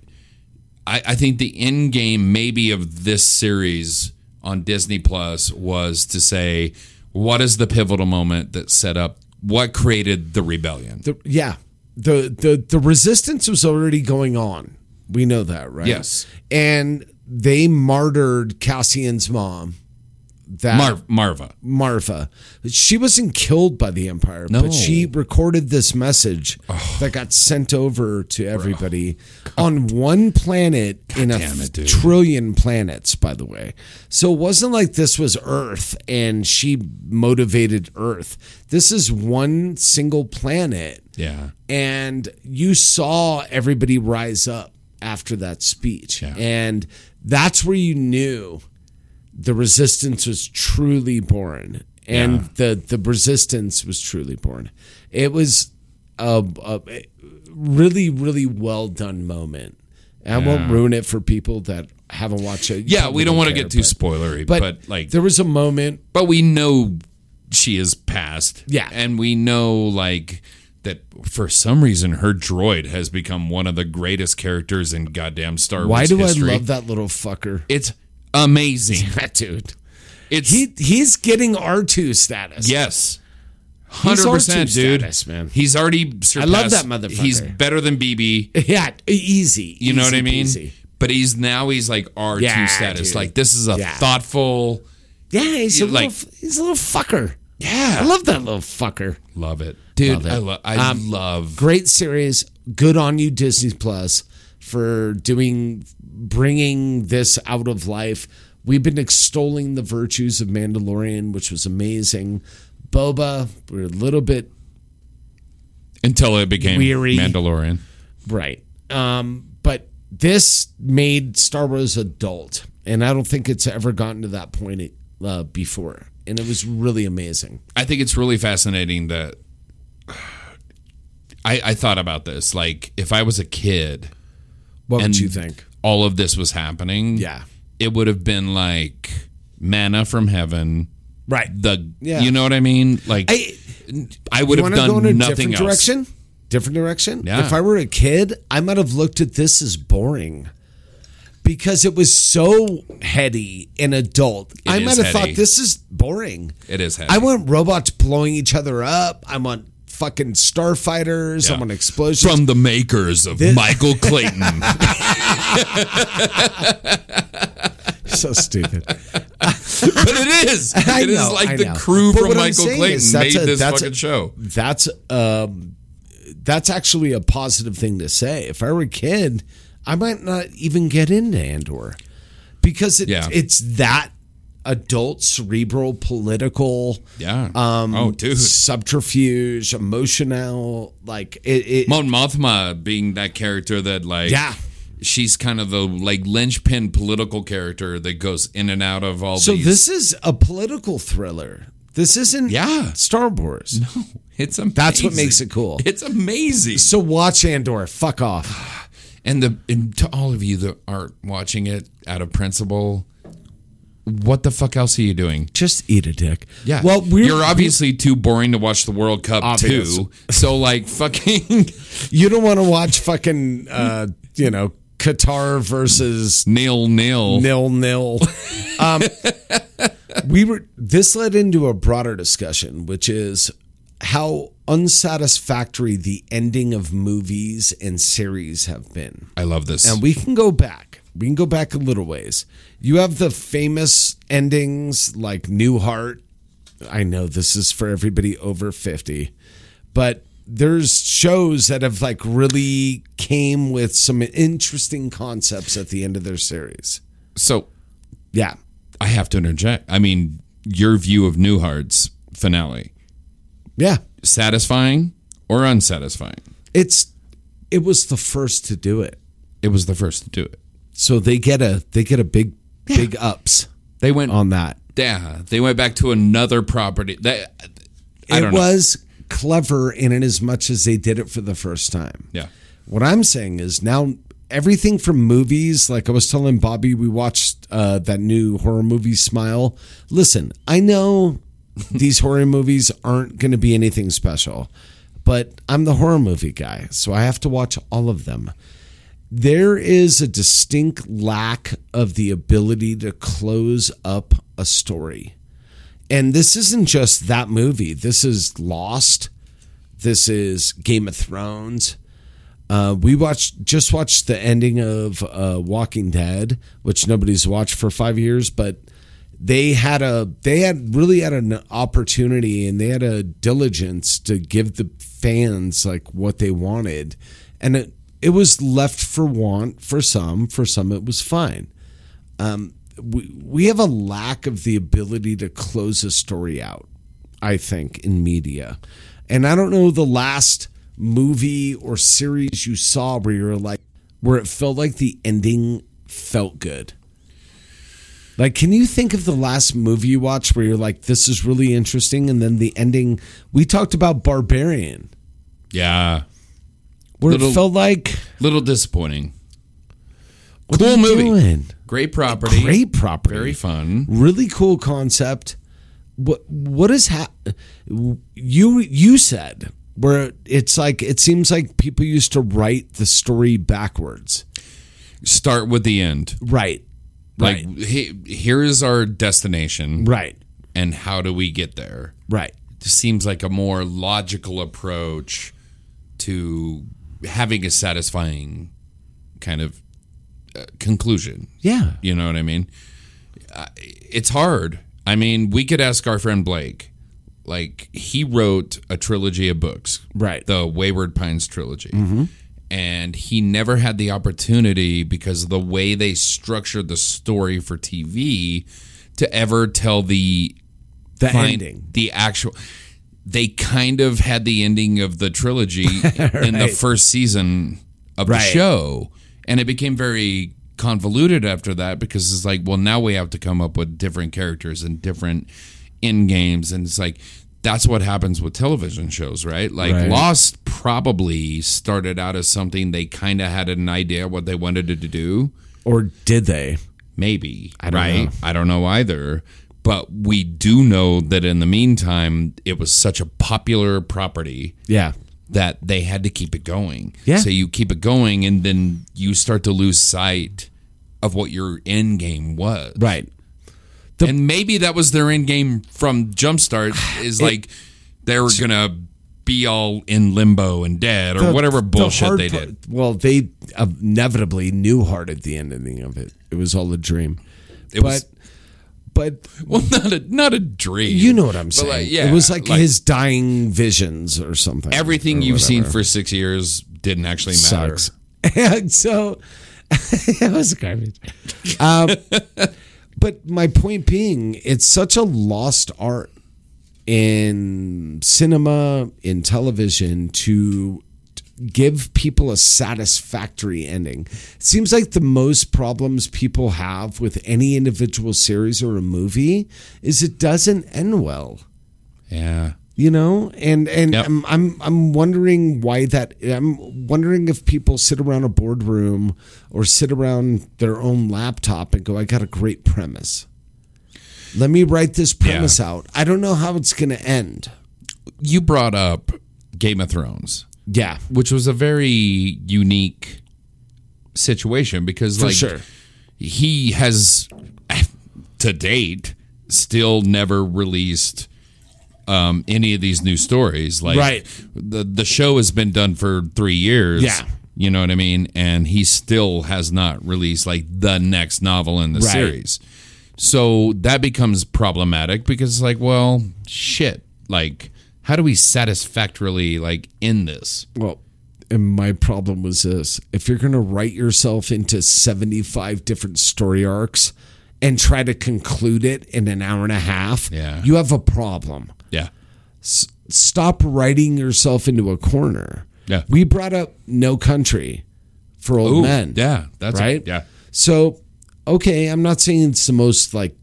Speaker 2: I, I think the end game maybe of this series on Disney Plus was to say, what is the pivotal moment that set up what created the rebellion?
Speaker 3: The, yeah. The, the the resistance was already going on. We know that, right?
Speaker 2: Yes.
Speaker 3: And they martyred Cassian's mom. That
Speaker 2: Mar- Marva.
Speaker 3: Marva. She wasn't killed by the Empire,
Speaker 2: No. Oh.
Speaker 3: but she recorded this message that got sent over to everybody on one planet in a
Speaker 2: damn it, dude.
Speaker 3: trillion planets, by the way. So it wasn't like this was Earth and she motivated Earth. This is one single planet.
Speaker 2: Yeah.
Speaker 3: And you saw everybody rise up after that speech.
Speaker 2: Yeah.
Speaker 3: And that's where you knew the resistance was truly born. And the, the resistance was truly born. It was a, a really, really well done moment. And I won't ruin it for people that haven't watched it. You
Speaker 2: Yeah,
Speaker 3: probably
Speaker 2: we don't want to
Speaker 3: care,
Speaker 2: get too spoilery, but,
Speaker 3: but,
Speaker 2: like
Speaker 3: there was a moment.
Speaker 2: but we know she is past.
Speaker 3: Yeah.
Speaker 2: And we know like that for some reason her droid has become one of the greatest characters in goddamn Star Wars
Speaker 3: Why do
Speaker 2: history.
Speaker 3: I love that little fucker?
Speaker 2: It's [laughs] amazing.
Speaker 3: That dude.
Speaker 2: It's
Speaker 3: He he's getting R two status.
Speaker 2: yes.
Speaker 3: He's
Speaker 2: 100%
Speaker 3: R2
Speaker 2: dude.
Speaker 3: status, man.
Speaker 2: He's already surpassed.
Speaker 3: love that motherfucker.
Speaker 2: He's better than BB.
Speaker 3: yeah, easy.
Speaker 2: You know what
Speaker 3: easy
Speaker 2: I mean?
Speaker 3: peasy.
Speaker 2: But he's now he's like R2
Speaker 3: Yeah,
Speaker 2: status.
Speaker 3: dude.
Speaker 2: Like this is a
Speaker 3: Yeah.
Speaker 2: thoughtful
Speaker 3: Yeah, he's a
Speaker 2: You like-
Speaker 3: little, he's a little fucker.
Speaker 2: Yeah.
Speaker 3: I love that little fucker,
Speaker 2: Love it. Dude,
Speaker 3: Love it.
Speaker 2: I, lo- I
Speaker 3: um,
Speaker 2: love
Speaker 3: Great series. Good on you, Disney Plus, for doing bringing this out of life. We've been extolling the virtues of Mandalorian, which was amazing. Boba, we're a little bit
Speaker 2: until it became
Speaker 3: Weary.
Speaker 2: Mandalorian.
Speaker 3: Right. Um, but this made Star Wars adult, and I don't think it's ever gotten to that point uh, before. And it was really amazing.
Speaker 2: I think it's really fascinating that I, I thought about this. Like, if I was a kid,
Speaker 3: What
Speaker 2: And-
Speaker 3: would you think?
Speaker 2: all of this was happening.
Speaker 3: Yeah.
Speaker 2: It would have been like manna from heaven.
Speaker 3: Right.
Speaker 2: The
Speaker 3: Yeah.
Speaker 2: you know what I mean? Like I,
Speaker 3: I-
Speaker 2: would have
Speaker 3: Wanna go in a
Speaker 2: done nothing
Speaker 3: different
Speaker 2: else.
Speaker 3: direction? Different direction?
Speaker 2: Yeah.
Speaker 3: If I were a kid, I might have looked at this as boring because it was so heady and adult. I
Speaker 2: is
Speaker 3: might have
Speaker 2: heady.
Speaker 3: thought this is boring.
Speaker 2: It is heavy.
Speaker 3: I want robots blowing each other up. I want fucking starfighters.
Speaker 2: Yeah.
Speaker 3: I want explosions.
Speaker 2: from the makers of Michael Clayton.
Speaker 3: [laughs]
Speaker 2: [laughs]
Speaker 3: so stupid.
Speaker 2: but it is. It is
Speaker 3: [laughs] I know,
Speaker 2: like
Speaker 3: I
Speaker 2: the
Speaker 3: know.
Speaker 2: crew
Speaker 3: But
Speaker 2: from
Speaker 3: what I'm
Speaker 2: Michael
Speaker 3: saying
Speaker 2: Clayton
Speaker 3: is
Speaker 2: made
Speaker 3: that's a-
Speaker 2: this
Speaker 3: that's a-
Speaker 2: fucking show.
Speaker 3: that's um that's actually a positive thing to say. If I were a kid, I might not even get into Andor because it,
Speaker 2: Yeah.
Speaker 3: it's that adult, cerebral, political,
Speaker 2: Yeah.
Speaker 3: um,
Speaker 2: oh, dude.
Speaker 3: subterfuge, emotional, like it. it
Speaker 2: Mon Mothma being that character that like
Speaker 3: Yeah.
Speaker 2: she's kind of the like linchpin political character that goes in and out of all
Speaker 3: so
Speaker 2: these.
Speaker 3: this is a political thriller. This isn't
Speaker 2: Yeah.
Speaker 3: Star Wars.
Speaker 2: it's amazing.
Speaker 3: That's what makes it cool.
Speaker 2: It's amazing.
Speaker 3: So watch Andor. Fuck off.
Speaker 2: And the and to all of you that aren't watching it out of principle, what the fuck else are you doing?
Speaker 3: [sighs] Just eat a dick.
Speaker 2: Yeah.
Speaker 3: Well, we're,
Speaker 2: you're obviously too boring to watch the World Cup
Speaker 3: Obvious.
Speaker 2: too. So like [laughs] fucking
Speaker 3: [laughs] You don't want to watch fucking, uh, you know, Qatar versus
Speaker 2: nil nil. [laughs]
Speaker 3: nil nil. Um, we were. This led into a broader discussion, which is how unsatisfactory the ending of movies and series have been.
Speaker 2: I love this.
Speaker 3: And we can go back. We can go back a little ways. You have the famous endings like Newhart. I know this is for everybody over 50, but there's shows that have like really came with some interesting concepts at the end of their series.
Speaker 2: so
Speaker 3: Yeah.
Speaker 2: I have to interject. I mean, your view of Newhart's finale.
Speaker 3: Yeah.
Speaker 2: satisfying or unsatisfying.
Speaker 3: It's it was the first to do it.
Speaker 2: It was the first to do it.
Speaker 3: So they get a they get a big big ups
Speaker 2: They went
Speaker 3: on that.
Speaker 2: Yeah, they went back to another property. That I
Speaker 3: It
Speaker 2: don't know.
Speaker 3: was clever in it as much as they did it for the first time.
Speaker 2: Yeah,
Speaker 3: What I'm saying is now everything from movies, like I was telling Bobby, we watched uh, that new horror movie Smile. Listen, I know these [laughs] horror movies aren't going to be anything special, but I'm the horror movie guy, so I have to watch all of them. there is a distinct lack of the ability to close up a story. And this isn't just that movie. This is Lost. This is Game of Thrones. Uh, we watched just watched the ending of uh, Walking Dead, which nobody's watched for five years, but they had a they had really had an opportunity and they had a diligence to give the fans like what they wanted, and it it was left for want for some. For some, it was fine. Um, we we have a lack of the ability to close a story out. I think, in media. And I don't know the last movie or series you saw where you're like, where it felt like the ending felt good. Like, can you think of the last movie you watched where you're like, this is really interesting? And then the ending, we talked about Barbarian,
Speaker 2: Yeah.
Speaker 3: where
Speaker 2: Little-
Speaker 3: it felt like,
Speaker 2: Little disappointing.
Speaker 3: what
Speaker 2: Cool
Speaker 3: are you
Speaker 2: movie.
Speaker 3: doing?
Speaker 2: Great property.
Speaker 3: Great property.
Speaker 2: Very fun.
Speaker 3: really cool concept. What what is ha- you you said where it's like it seems like people used to write the story backwards.
Speaker 2: Start with the end.
Speaker 3: Right.
Speaker 2: Like,
Speaker 3: Right.
Speaker 2: he- here's our destination.
Speaker 3: Right.
Speaker 2: And how do we get there?
Speaker 3: Right.
Speaker 2: This seems like a more logical approach to having a satisfying kind of uh, conclusion.
Speaker 3: Yeah.
Speaker 2: You know what I mean? I- It's hard. I mean, we could ask our friend Blake. Like he wrote a trilogy of books,
Speaker 3: Right.
Speaker 2: The Wayward Pines trilogy, and he never had the opportunity because of the way they structured the story for TV to ever tell the
Speaker 3: The
Speaker 2: fin-
Speaker 3: ending.
Speaker 2: the actual. They kind of had the ending of the trilogy
Speaker 3: [laughs]
Speaker 2: in the first season of the
Speaker 3: Right.
Speaker 2: show, and it became very convoluted after that because it's like, well, now we have to come up with different characters and different end games, and it's like that's what happens with television shows, right? Like
Speaker 3: Right.
Speaker 2: Lost probably started out as something they kind of had an idea what they wanted it to do
Speaker 3: Or did they?
Speaker 2: maybe
Speaker 3: don't
Speaker 2: right
Speaker 3: know.
Speaker 2: i don't know either but we do know that in the meantime it was such a popular property
Speaker 3: Yeah.
Speaker 2: that they had to keep it going
Speaker 3: Yeah.
Speaker 2: so you keep it going and then you start to lose sight of what your end game was
Speaker 3: Right.
Speaker 2: and maybe that was their end game from
Speaker 3: [sighs]
Speaker 2: jumpstart is like they were gonna be all in limbo and dead or whatever bullshit they did
Speaker 3: Well, they inevitably knew hard at the ending of it. It was all a dream.
Speaker 2: it was
Speaker 3: but but
Speaker 2: well not a not a dream
Speaker 3: you know what I'm
Speaker 2: But,
Speaker 3: saying.
Speaker 2: like, yeah
Speaker 3: it was like, his dying visions or something.
Speaker 2: everything
Speaker 3: or
Speaker 2: you've seen
Speaker 3: whatever.
Speaker 2: for six years didn't actually matter.
Speaker 3: sucks. [laughs] And so it was garbage. Um, [laughs] but my point being, it's such a lost art in cinema, in television, to give people a satisfactory ending. It seems like the most problems people have with any individual series or a movie is it doesn't end well
Speaker 2: Yeah.
Speaker 3: you know and and
Speaker 2: Yep.
Speaker 3: I'm, I'm i'm wondering why that i'm wondering if people sit around a boardroom or sit around their own laptop and go i got a great premise let me write this premise out i don't know how it's going to end
Speaker 2: You brought up Game of Thrones,
Speaker 3: yeah
Speaker 2: which was a very unique situation because,
Speaker 3: for
Speaker 2: like,
Speaker 3: sure
Speaker 2: he has to date still never released um, any of these new stories. Like,
Speaker 3: Right.
Speaker 2: the the show has been done for three years.
Speaker 3: Yeah.
Speaker 2: you know what I mean. And he still has not released like the next novel in the
Speaker 3: Right.
Speaker 2: series. So that becomes problematic because it's like, well, shit. Like, how do we satisfactorily like end this?
Speaker 3: well and my problem was this if you're going to write yourself into 75 different story arcs and try to conclude it in an hour and a half
Speaker 2: Yeah.
Speaker 3: you have a problem
Speaker 2: Yeah,
Speaker 3: stop writing yourself into a corner.
Speaker 2: Yeah.
Speaker 3: We brought up No Country for old
Speaker 2: Ooh,
Speaker 3: men.
Speaker 2: yeah, that's
Speaker 3: Right?
Speaker 2: yeah,
Speaker 3: So, okay, I'm not saying it's the most like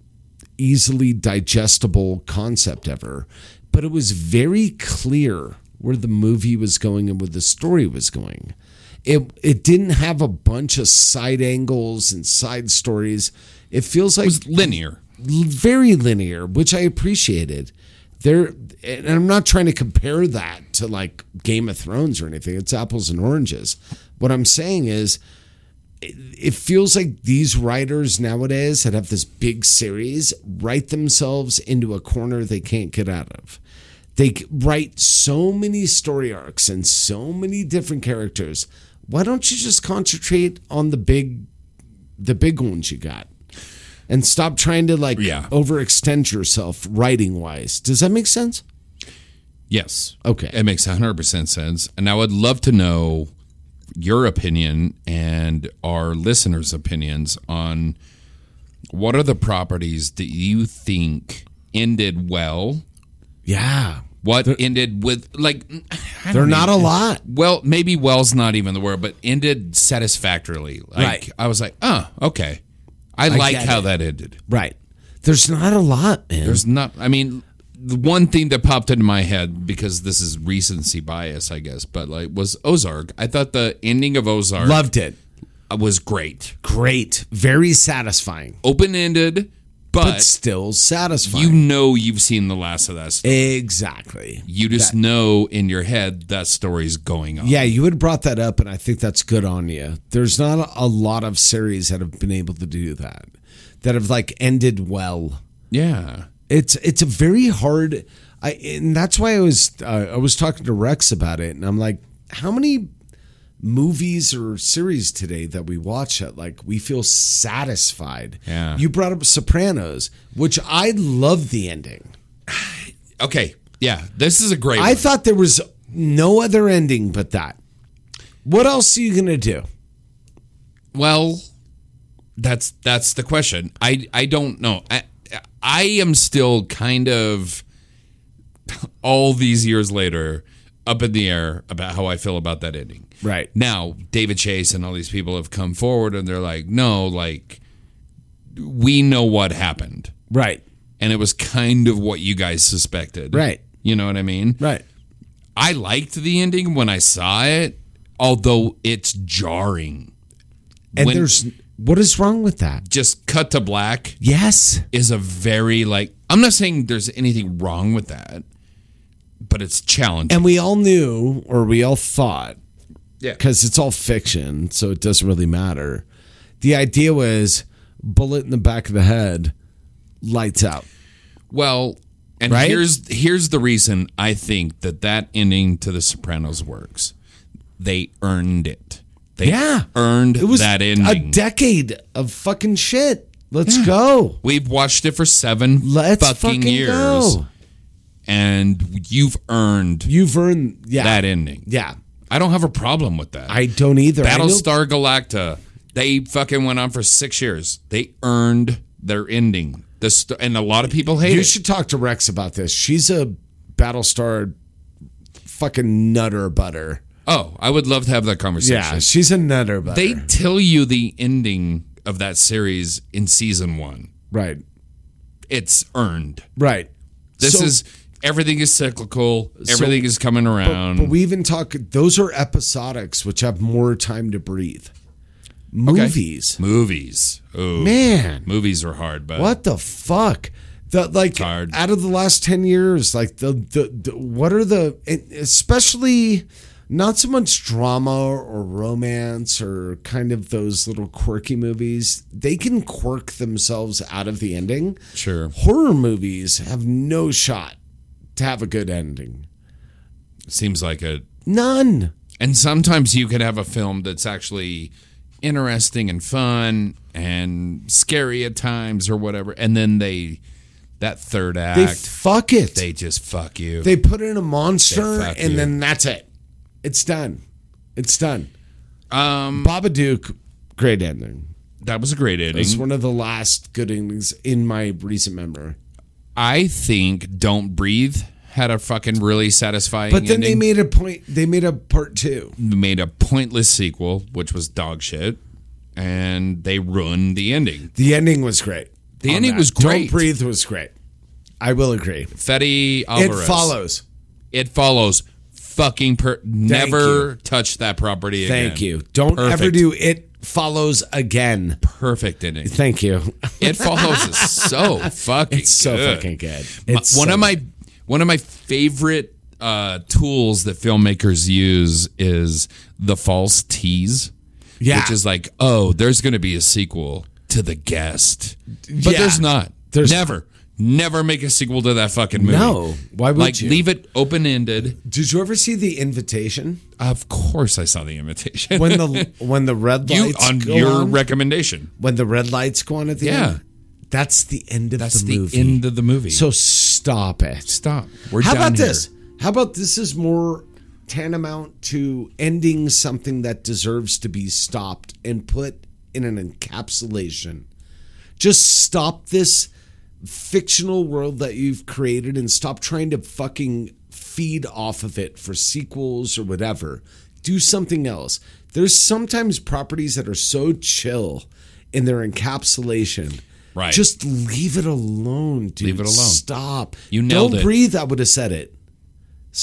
Speaker 3: easily digestible concept ever, but it was very clear where the movie was going and where the story was going. It it didn't have a bunch of side angles and side stories. It feels like
Speaker 2: it was linear.
Speaker 3: very linear, which I appreciated. There, and I'm not trying to compare that to like Game of Thrones or anything. It's apples and oranges. What I'm saying is, it feels like these writers nowadays that have this big series write themselves into a corner they can't get out of. They c- write so many story arcs and so many different characters. Why don't you just concentrate on the big, the big ones you got, and stop trying to like
Speaker 2: Yeah.
Speaker 3: overextend yourself writing wise? Does that make sense?
Speaker 2: Yes.
Speaker 3: Okay.
Speaker 2: It makes 100% sense. And I would love to know your opinion and our listeners' opinions on what are the properties that you think ended well?
Speaker 3: Yeah,
Speaker 2: What ended with, like, I
Speaker 3: they're
Speaker 2: don't
Speaker 3: not a
Speaker 2: even-
Speaker 3: lot.
Speaker 2: Well, maybe well's not even the word, but ended satisfactorily. Like,
Speaker 3: Right.
Speaker 2: I was like, oh, okay. I, like
Speaker 3: get
Speaker 2: how
Speaker 3: it.
Speaker 2: that ended.
Speaker 3: Right. There's not a lot, man.
Speaker 2: There's not. I mean, the one thing that popped into my head because this is recency bias, I guess, but like was Ozark. I thought the ending of Ozark
Speaker 3: Loved it.
Speaker 2: was great,
Speaker 3: Great. Very satisfying.
Speaker 2: open ended,
Speaker 3: But
Speaker 2: but,
Speaker 3: still
Speaker 2: you
Speaker 3: satisfying.
Speaker 2: know you've seen the last of that. Story.
Speaker 3: exactly.
Speaker 2: You just know in your head that story's going on.
Speaker 3: Yeah, you had brought that up, and I think that's good on you. There's not a lot of series that have been able to do that, that have like ended well.
Speaker 2: yeah,
Speaker 3: It's it's a very hard. I and that's why I was uh, I was talking to Rex about it, and I'm like, how many movies or series today that we watch that like we feel satisfied?
Speaker 2: Yeah.
Speaker 3: You brought up Sopranos, which I love the ending.
Speaker 2: Okay, yeah, this is a great.
Speaker 3: I
Speaker 2: one.
Speaker 3: thought there was no other ending but that. What else are you gonna do?
Speaker 2: Well, that's that's the question. I I don't know. I I am still kind of [laughs] all these years later up in the air about how I feel about that ending.
Speaker 3: Right.
Speaker 2: Now, David Chase and all these people have come forward and they're like, "No, like we know what happened."
Speaker 3: Right.
Speaker 2: And it was kind of what you guys suspected.
Speaker 3: Right.
Speaker 2: You know what I mean?
Speaker 3: Right.
Speaker 2: I liked the ending when I saw it, although it's jarring.
Speaker 3: And
Speaker 2: When-
Speaker 3: there's what is wrong with that?
Speaker 2: Just cut to black.
Speaker 3: Yes.
Speaker 2: is a very like I'm not saying there's anything wrong with that, but it's challenging.
Speaker 3: And we all knew or we all thought
Speaker 2: yeah.
Speaker 3: because it's all fiction, so it doesn't really matter. The idea was bullet in the back of the head, lights out.
Speaker 2: Well, and
Speaker 3: Right?
Speaker 2: here's here's the reason I think that that ending to The Sopranos works. They earned it. They
Speaker 3: Yeah.
Speaker 2: earned
Speaker 3: It was
Speaker 2: that
Speaker 3: a
Speaker 2: ending.
Speaker 3: decade of fucking shit. Let's go.
Speaker 2: We've watched it for seven
Speaker 3: Let's
Speaker 2: fucking,
Speaker 3: fucking,
Speaker 2: years,
Speaker 3: go.
Speaker 2: and you've earned
Speaker 3: You've earned yeah
Speaker 2: that ending.
Speaker 3: yeah.
Speaker 2: I don't have a problem with that.
Speaker 3: I don't either. I know-
Speaker 2: Battlestar Galacta. They fucking went on for six years. They earned their ending. The st- and a lot of people hate
Speaker 3: You
Speaker 2: it.
Speaker 3: should talk to Rex about this. She's a Battlestar fucking nutter butter.
Speaker 2: oh, I would love to have that conversation.
Speaker 3: Yeah, she's a nutter butter.
Speaker 2: They tell you the ending of that series in season one.
Speaker 3: right,
Speaker 2: It's earned.
Speaker 3: right.
Speaker 2: This
Speaker 3: So-
Speaker 2: is everything is cyclical. Everything is coming around.
Speaker 3: But we even talk. Those are episodics, which have more time to breathe. Movies,
Speaker 2: movies. Oh
Speaker 3: man.
Speaker 2: movies are hard, but
Speaker 3: What the fuck? The like
Speaker 2: hard.
Speaker 3: out of the last ten years, like the the, the what are the and especially not so much drama or romance or kind of those little quirky movies. They can quirk themselves out of the ending.
Speaker 2: sure.
Speaker 3: Horror movies have no shot to have a good ending.
Speaker 2: Seems like a
Speaker 3: None.
Speaker 2: And sometimes you could have a film that's actually interesting and fun and scary at times or whatever, and then they that third act
Speaker 3: They
Speaker 2: they,
Speaker 3: fuck it. They,
Speaker 2: just fuck you.
Speaker 3: put in a monster
Speaker 2: fuck
Speaker 3: and
Speaker 2: you.
Speaker 3: then that's it. It's done. It's done.
Speaker 2: um,
Speaker 3: Babadook, great ending.
Speaker 2: that was a great
Speaker 3: It's
Speaker 2: ending.
Speaker 3: one of the last good endings in my recent memory.
Speaker 2: I think "Don't Breathe" had a fucking really satisfying.
Speaker 3: But then they
Speaker 2: ending.
Speaker 3: made a point. They made a part two.
Speaker 2: made a pointless sequel, which was dog shit, and they ruined the ending.
Speaker 3: The ending was great.
Speaker 2: The
Speaker 3: on
Speaker 2: ending was great.
Speaker 3: Don't breathe was great. I will agree.
Speaker 2: Fetty Alvarez.
Speaker 3: It follows.
Speaker 2: It follows. Fucking per- never touch that property again.
Speaker 3: Thank you. Don't ever
Speaker 2: Perfect.
Speaker 3: do it follows again.
Speaker 2: perfect ending.
Speaker 3: Thank you.
Speaker 2: It Follows is so fucking
Speaker 3: [laughs] It's so
Speaker 2: good.
Speaker 3: fucking good.
Speaker 2: My-
Speaker 3: It's
Speaker 2: one
Speaker 3: so
Speaker 2: of my one of my favorite uh, tools that filmmakers use is the false tease.
Speaker 3: Yeah.
Speaker 2: which is like, oh, there's going to be a sequel to The Guest, but
Speaker 3: Yeah.
Speaker 2: there's not.
Speaker 3: There's-
Speaker 2: never, never make a sequel to that fucking movie.
Speaker 3: No. Why would
Speaker 2: like
Speaker 3: you?
Speaker 2: leave it open ended?
Speaker 3: Did you ever see the invitation
Speaker 2: Of course, I saw the invitation
Speaker 3: when the when the
Speaker 2: [laughs]
Speaker 3: red
Speaker 2: you
Speaker 3: lights
Speaker 2: on
Speaker 3: go
Speaker 2: your
Speaker 3: on,
Speaker 2: recommendation.
Speaker 3: when the red lights go on at the
Speaker 2: Yeah.
Speaker 3: end? That's the end of
Speaker 2: That's
Speaker 3: the,
Speaker 2: the,
Speaker 3: movie.
Speaker 2: end of the movie.
Speaker 3: so stop it.
Speaker 2: stop. We're
Speaker 3: How
Speaker 2: down
Speaker 3: about
Speaker 2: here.
Speaker 3: this? How about this is more tantamount to ending something that deserves to be stopped and put in an encapsulation. Just stop this fictional world that you've created and stop trying to fucking feed off of it for sequels or whatever. Do something else. There's sometimes properties that are so chill in their encapsulation.
Speaker 2: Right.
Speaker 3: Just leave it alone, dude.
Speaker 2: Leave it alone.
Speaker 3: Stop.
Speaker 2: You nailed
Speaker 3: Don't
Speaker 2: it.
Speaker 3: breathe. I would have said it.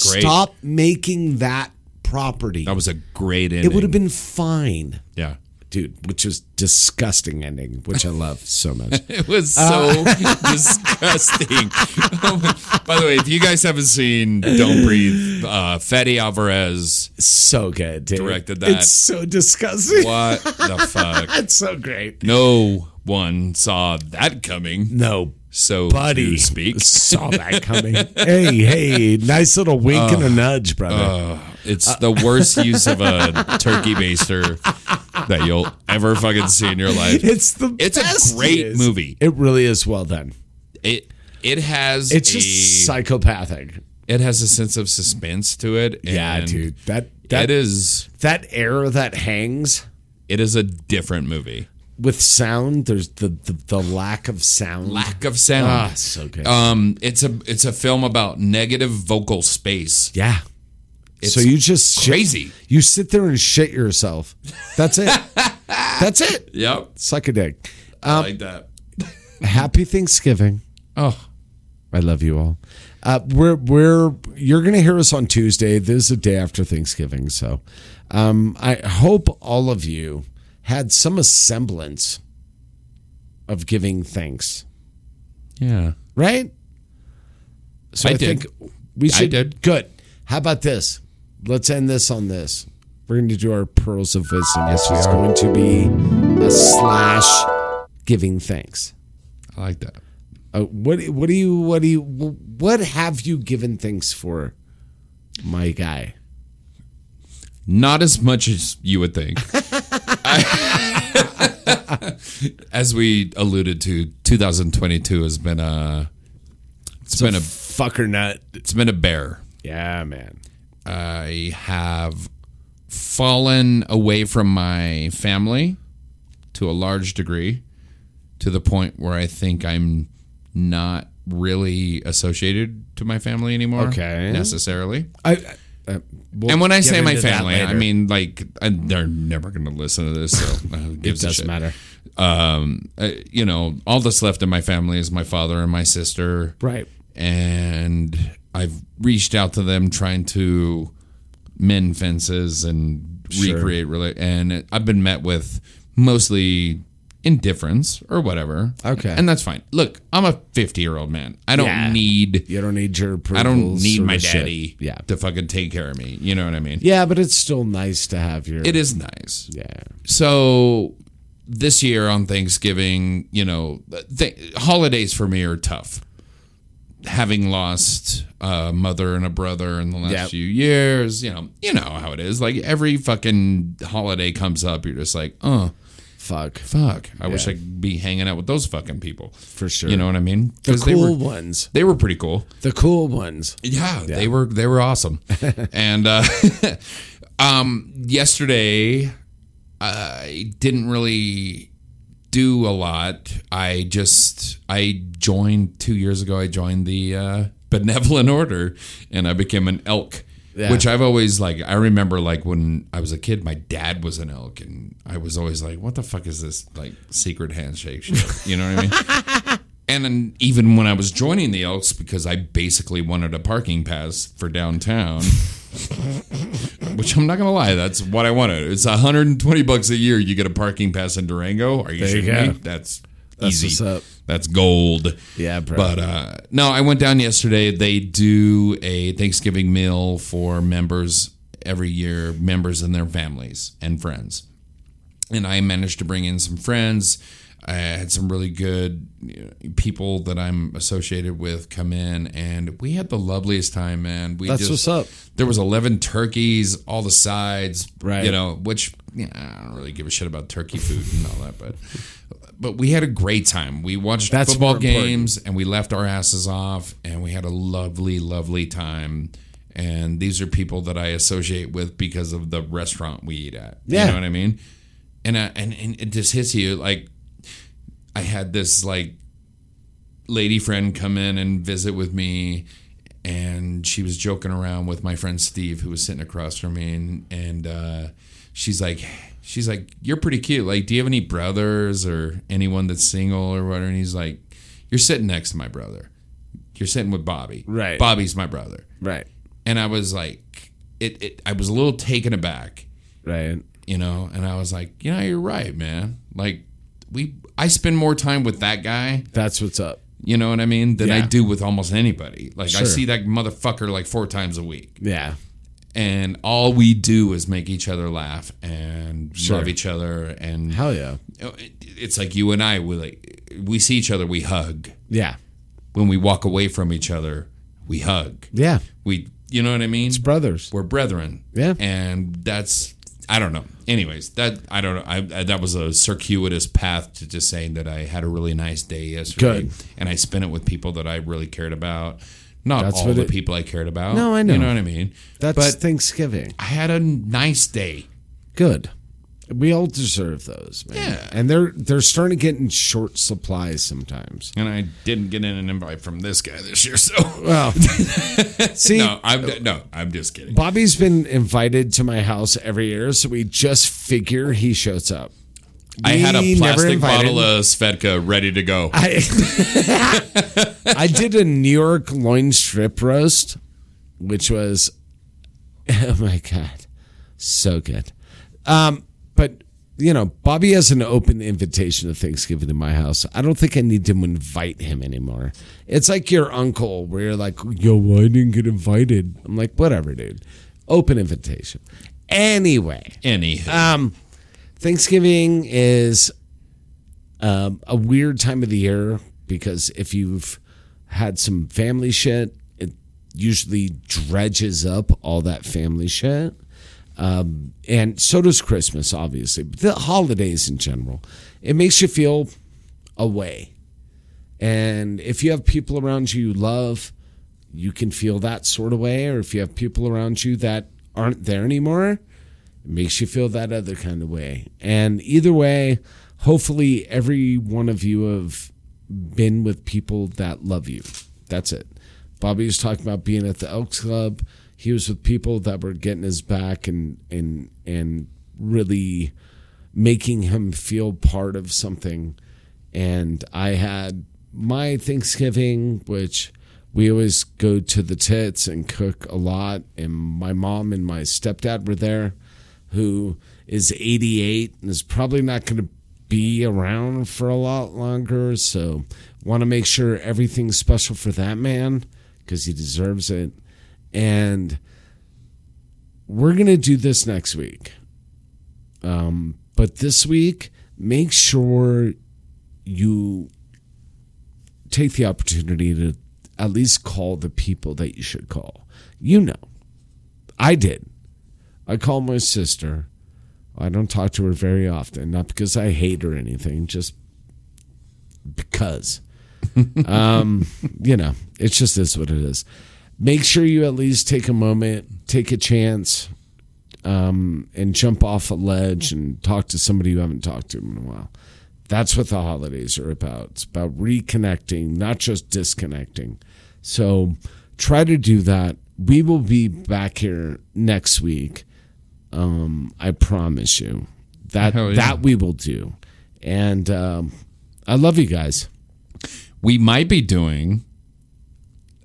Speaker 2: Great.
Speaker 3: Stop making that property.
Speaker 2: That was a great ending.
Speaker 3: it would have been fine,
Speaker 2: yeah.
Speaker 3: dude. Which was disgusting ending, which I love so
Speaker 2: [laughs]
Speaker 3: much.
Speaker 2: It was so
Speaker 3: Uh,
Speaker 2: [laughs] disgusting. [laughs] Oh my- By the way, if you guys haven't seen Don't Breathe, uh, Fatty Alvarez,
Speaker 3: so good, dude.
Speaker 2: Directed that.
Speaker 3: It's so disgusting.
Speaker 2: what the fuck?
Speaker 3: [laughs] It's so great.
Speaker 2: No one saw that coming.
Speaker 3: No,
Speaker 2: So
Speaker 3: buddy,
Speaker 2: to speak.
Speaker 3: saw that coming. hey, hey, nice little wink and a nudge, brother.
Speaker 2: It's
Speaker 3: Uh,
Speaker 2: the
Speaker 3: [laughs]
Speaker 2: worst use of a turkey baster that you'll ever fucking see in your life.
Speaker 3: it's the
Speaker 2: it's a
Speaker 3: best
Speaker 2: great
Speaker 3: it is.
Speaker 2: movie.
Speaker 3: It really is well done.
Speaker 2: It it has
Speaker 3: It's
Speaker 2: a,
Speaker 3: just psychopathic.
Speaker 2: it has a sense of suspense to it.
Speaker 3: Yeah,
Speaker 2: and
Speaker 3: dude. That that
Speaker 2: That is
Speaker 3: that air that hangs
Speaker 2: it is a different movie.
Speaker 3: with sound. There's the the, the lack of sound.
Speaker 2: Lack of sound.
Speaker 3: Ah, so good.
Speaker 2: Um, it's a it's a film about negative vocal space.
Speaker 3: yeah.
Speaker 2: It's
Speaker 3: So you just shit-
Speaker 2: crazy.
Speaker 3: you sit there and shit yourself. That's it. That's it.
Speaker 2: [laughs] Yep,
Speaker 3: Suck a dick.
Speaker 2: I like that.
Speaker 3: Happy Thanksgiving.
Speaker 2: Oh,
Speaker 3: I love you all. Uh, we're we're you're gonna hear us on Tuesday. This is the day after Thanksgiving, so um, I hope all of you had some semblance of giving thanks,
Speaker 2: yeah.
Speaker 3: right? So
Speaker 2: I did.
Speaker 3: we should.
Speaker 2: did.
Speaker 3: Good. How about this? Let's end this on this. We're going to do our pearls of wisdom. Yes, it's going to be a slash giving thanks.
Speaker 2: I like that.
Speaker 3: Uh, what what do you what do you what have you given thanks for, my guy?
Speaker 2: Not as much as you would [laughs] think. I- as we alluded to, 2022 has been a it's been a
Speaker 3: Fucker nut.
Speaker 2: it's been a bear.
Speaker 3: Yeah, man.
Speaker 2: I have fallen away from my family to a large degree to the point where I think I'm not really associated to my family anymore
Speaker 3: Okay.
Speaker 2: necessarily.
Speaker 3: I, uh, we'll
Speaker 2: and when I
Speaker 3: get
Speaker 2: say my
Speaker 3: into that
Speaker 2: family, I
Speaker 3: later.
Speaker 2: mean like I, they're never going to listen to this so who
Speaker 3: it
Speaker 2: gives a
Speaker 3: doesn't
Speaker 2: shit.
Speaker 3: matter,
Speaker 2: Um uh, you know, all that's left in my family is my father and my sister
Speaker 3: right?
Speaker 2: and I've reached out to them trying to mend fences and
Speaker 3: Sure.
Speaker 2: recreate rela- and I've been met with mostly indifference or whatever.
Speaker 3: Okay.
Speaker 2: And that's fine. Look, I'm a 50-year-old man. I don't
Speaker 3: Yeah.
Speaker 2: need
Speaker 3: You don't need your.
Speaker 2: I don't
Speaker 3: approvals
Speaker 2: need
Speaker 3: or
Speaker 2: my
Speaker 3: shit.
Speaker 2: daddy
Speaker 3: Yeah,
Speaker 2: to fucking take care of me. You know what I mean?
Speaker 3: yeah, but it's still nice to have your.
Speaker 2: It is nice.
Speaker 3: Yeah.
Speaker 2: So this year on Thanksgiving, you know, th- holidays for me are tough. Having lost a mother and a brother in the last
Speaker 3: Yep.
Speaker 2: few years, you know, you know how it is. Like every fucking holiday comes up, you're just like, oh
Speaker 3: Fuck
Speaker 2: fuck, I wish I
Speaker 3: Yeah.
Speaker 2: could be hanging out with those fucking people
Speaker 3: for sure.
Speaker 2: You know what I mean?
Speaker 3: the
Speaker 2: 'Cause
Speaker 3: cool
Speaker 2: they were
Speaker 3: ones.
Speaker 2: they were pretty cool.
Speaker 3: The cool ones.
Speaker 2: Yeah, they were they were awesome. and uh, [laughs] um, yesterday, I didn't really do a lot. I just I joined two years ago. I joined the uh, benevolent order, and I became an elk.
Speaker 3: Yeah.
Speaker 2: Which I've always like. I remember like when I was a kid, my dad was an elk, and I was always like, "What the fuck is this like secret handshake shit?" You know what I mean?
Speaker 3: [laughs]
Speaker 2: And then even when I was joining the Elks, because I basically wanted a parking pass for downtown, which I'm not gonna lie, that's what I wanted. It's 120 bucks a year. You get a parking pass in Durango. Are you
Speaker 3: There you
Speaker 2: shitting
Speaker 3: go.
Speaker 2: me? That's,
Speaker 3: That's
Speaker 2: easy.
Speaker 3: what's up.
Speaker 2: That's gold.
Speaker 3: Yeah, bro.
Speaker 2: But uh, no, I went down yesterday. They do a Thanksgiving meal for members every year, members and their families and friends. and I managed to bring in some friends. I had some really good you know, people that I'm associated with come in, and we had the loveliest time, man. We
Speaker 3: That's
Speaker 2: just,
Speaker 3: what's up.
Speaker 2: There was 11 turkeys, all the sides,
Speaker 3: Right.
Speaker 2: You know, which yeah, I don't really give a shit about turkey food and all that, but but we had a great time. We watched
Speaker 3: That's
Speaker 2: football
Speaker 3: more important.
Speaker 2: games, and we left our asses off, and we had a lovely, lovely time. And these are people that I associate with because of the restaurant we eat at.
Speaker 3: Yeah.
Speaker 2: You know what I mean? and I, and and it just hits you like I had this like lady friend come in and visit with me and she was joking around with my friend Steve who was sitting across from me and and uh she's like she's like you're pretty cute like do you have any brothers or anyone that's single or whatever and he's like you're sitting next to my brother you're sitting with Bobby
Speaker 3: Right.
Speaker 2: Bobby's my brother
Speaker 3: Right.
Speaker 2: and I was like it, it I was a little taken aback
Speaker 3: Right.
Speaker 2: you know and i was like you know you're right man like we i spend more time with that guy
Speaker 3: That's what's up.
Speaker 2: you know what i mean than i
Speaker 3: Yeah.
Speaker 2: do with almost anybody like i
Speaker 3: Sure.
Speaker 2: see that motherfucker like four times a week
Speaker 3: Yeah.
Speaker 2: and all we do is make each other laugh and
Speaker 3: Sure.
Speaker 2: love each other and
Speaker 3: Hell yeah.
Speaker 2: It- it's like you and i we like we see each other we hug
Speaker 3: Yeah.
Speaker 2: when we walk away from each other we hug
Speaker 3: Yeah.
Speaker 2: we you know what i mean
Speaker 3: It's brothers.
Speaker 2: we're brethren.
Speaker 3: Yeah.
Speaker 2: and that's I don't know. Anyways, that I don't know. I, I- that was a circuitous path to just saying that I had a really nice day yesterday,
Speaker 3: Good.
Speaker 2: and I spent it with people that I really cared about. Not
Speaker 3: That's
Speaker 2: all
Speaker 3: what
Speaker 2: the
Speaker 3: it-
Speaker 2: people I cared about.
Speaker 3: No, I
Speaker 2: You
Speaker 3: know.
Speaker 2: know what I mean.
Speaker 3: That's
Speaker 2: but
Speaker 3: Thanksgiving.
Speaker 2: I had a nice day.
Speaker 3: Good. We all deserve those, man.
Speaker 2: Yeah.
Speaker 3: And they're they're starting to get in short supplies sometimes.
Speaker 2: And I didn't get in an invite from this guy this year, [laughs] so
Speaker 3: Well, see,
Speaker 2: no, I'm no, I'm just kidding.
Speaker 3: Bobby's been invited to my house every year, so we just figure he shows up.
Speaker 2: I had
Speaker 3: We
Speaker 2: a
Speaker 3: never
Speaker 2: plastic
Speaker 3: invited-
Speaker 2: bottle of Svedka ready to go.
Speaker 3: I, I did a New York loin strip roast, which was, oh my God, so good. Um, but, you know, Bobby has an open invitation to Thanksgiving in my house. I don't think I need to invite him anymore. It's like your uncle, where you're like, yo, why didn't get invited? I'm like, whatever, dude. Open invitation. Anyway. um,
Speaker 2: Anyhow,
Speaker 3: Thanksgiving is um, a weird time of the year because if you've had some family shit, it usually dredges up all that family shit. Um, and so does Christmas, obviously, but the holidays in general. It makes you feel away. And if you have people around you you love, you can feel that sort of way. Or if you have people around you that aren't there anymore, it makes you feel that other kind of way. And either way, hopefully every one of you have been with people that love you. That's it. Bobby was talking about being at the Elks Club. He was with people that were getting his back and and and really making him feel part of something. And I had my Thanksgiving, which we always go to the tits and cook a lot. And my mom and my stepdad were there, who is 88 and is probably not going to be around for a lot longer. So, want to make sure everything's special for that man because he deserves it. And we're going to do this next week. Um, but this week, make sure you take the opportunity to at least call the people that you should call. You know, I did. I called my sister. I don't talk to her very often, not because I hate her or anything, just because. um, you know, it's just is what it is. Make sure you at least take a moment, take a chance, um, and jump off a ledge and talk to somebody you haven't talked to in a while. That's what the holidays are about. It's about reconnecting, not just disconnecting. So try to do that. We will be back here next week. Um, I promise you that
Speaker 2: Hell yeah.
Speaker 3: that we will do. And um, I love you guys.
Speaker 2: we might be doing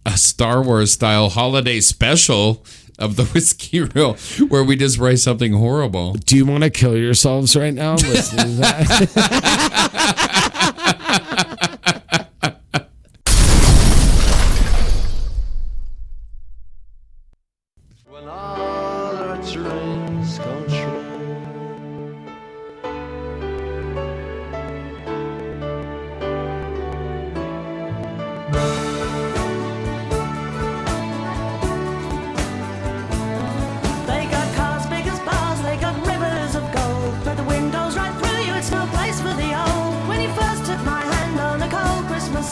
Speaker 2: a Star Wars style holiday special of the [laughs] whiskey reel where we just write something horrible.
Speaker 3: Do you want to kill yourselves right now? Listening to that?
Speaker 4: When all our dreams come true,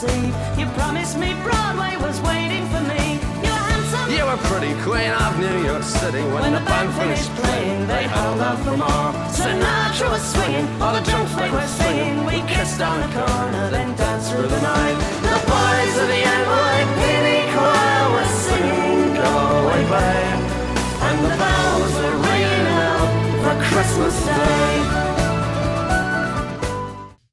Speaker 5: eve. You promised me Broadway was waiting for me. You were handsome.
Speaker 6: You were pretty queen of New York City when,
Speaker 5: When
Speaker 6: the band finished playing. They held out for more.
Speaker 5: Sinatra was swinging, all the junk they were singing. We kissed on the corner, then danced through the night. The boys of the NYPD choir were singing, "Go away, babe," and the bells were ringing out for Christmas Day.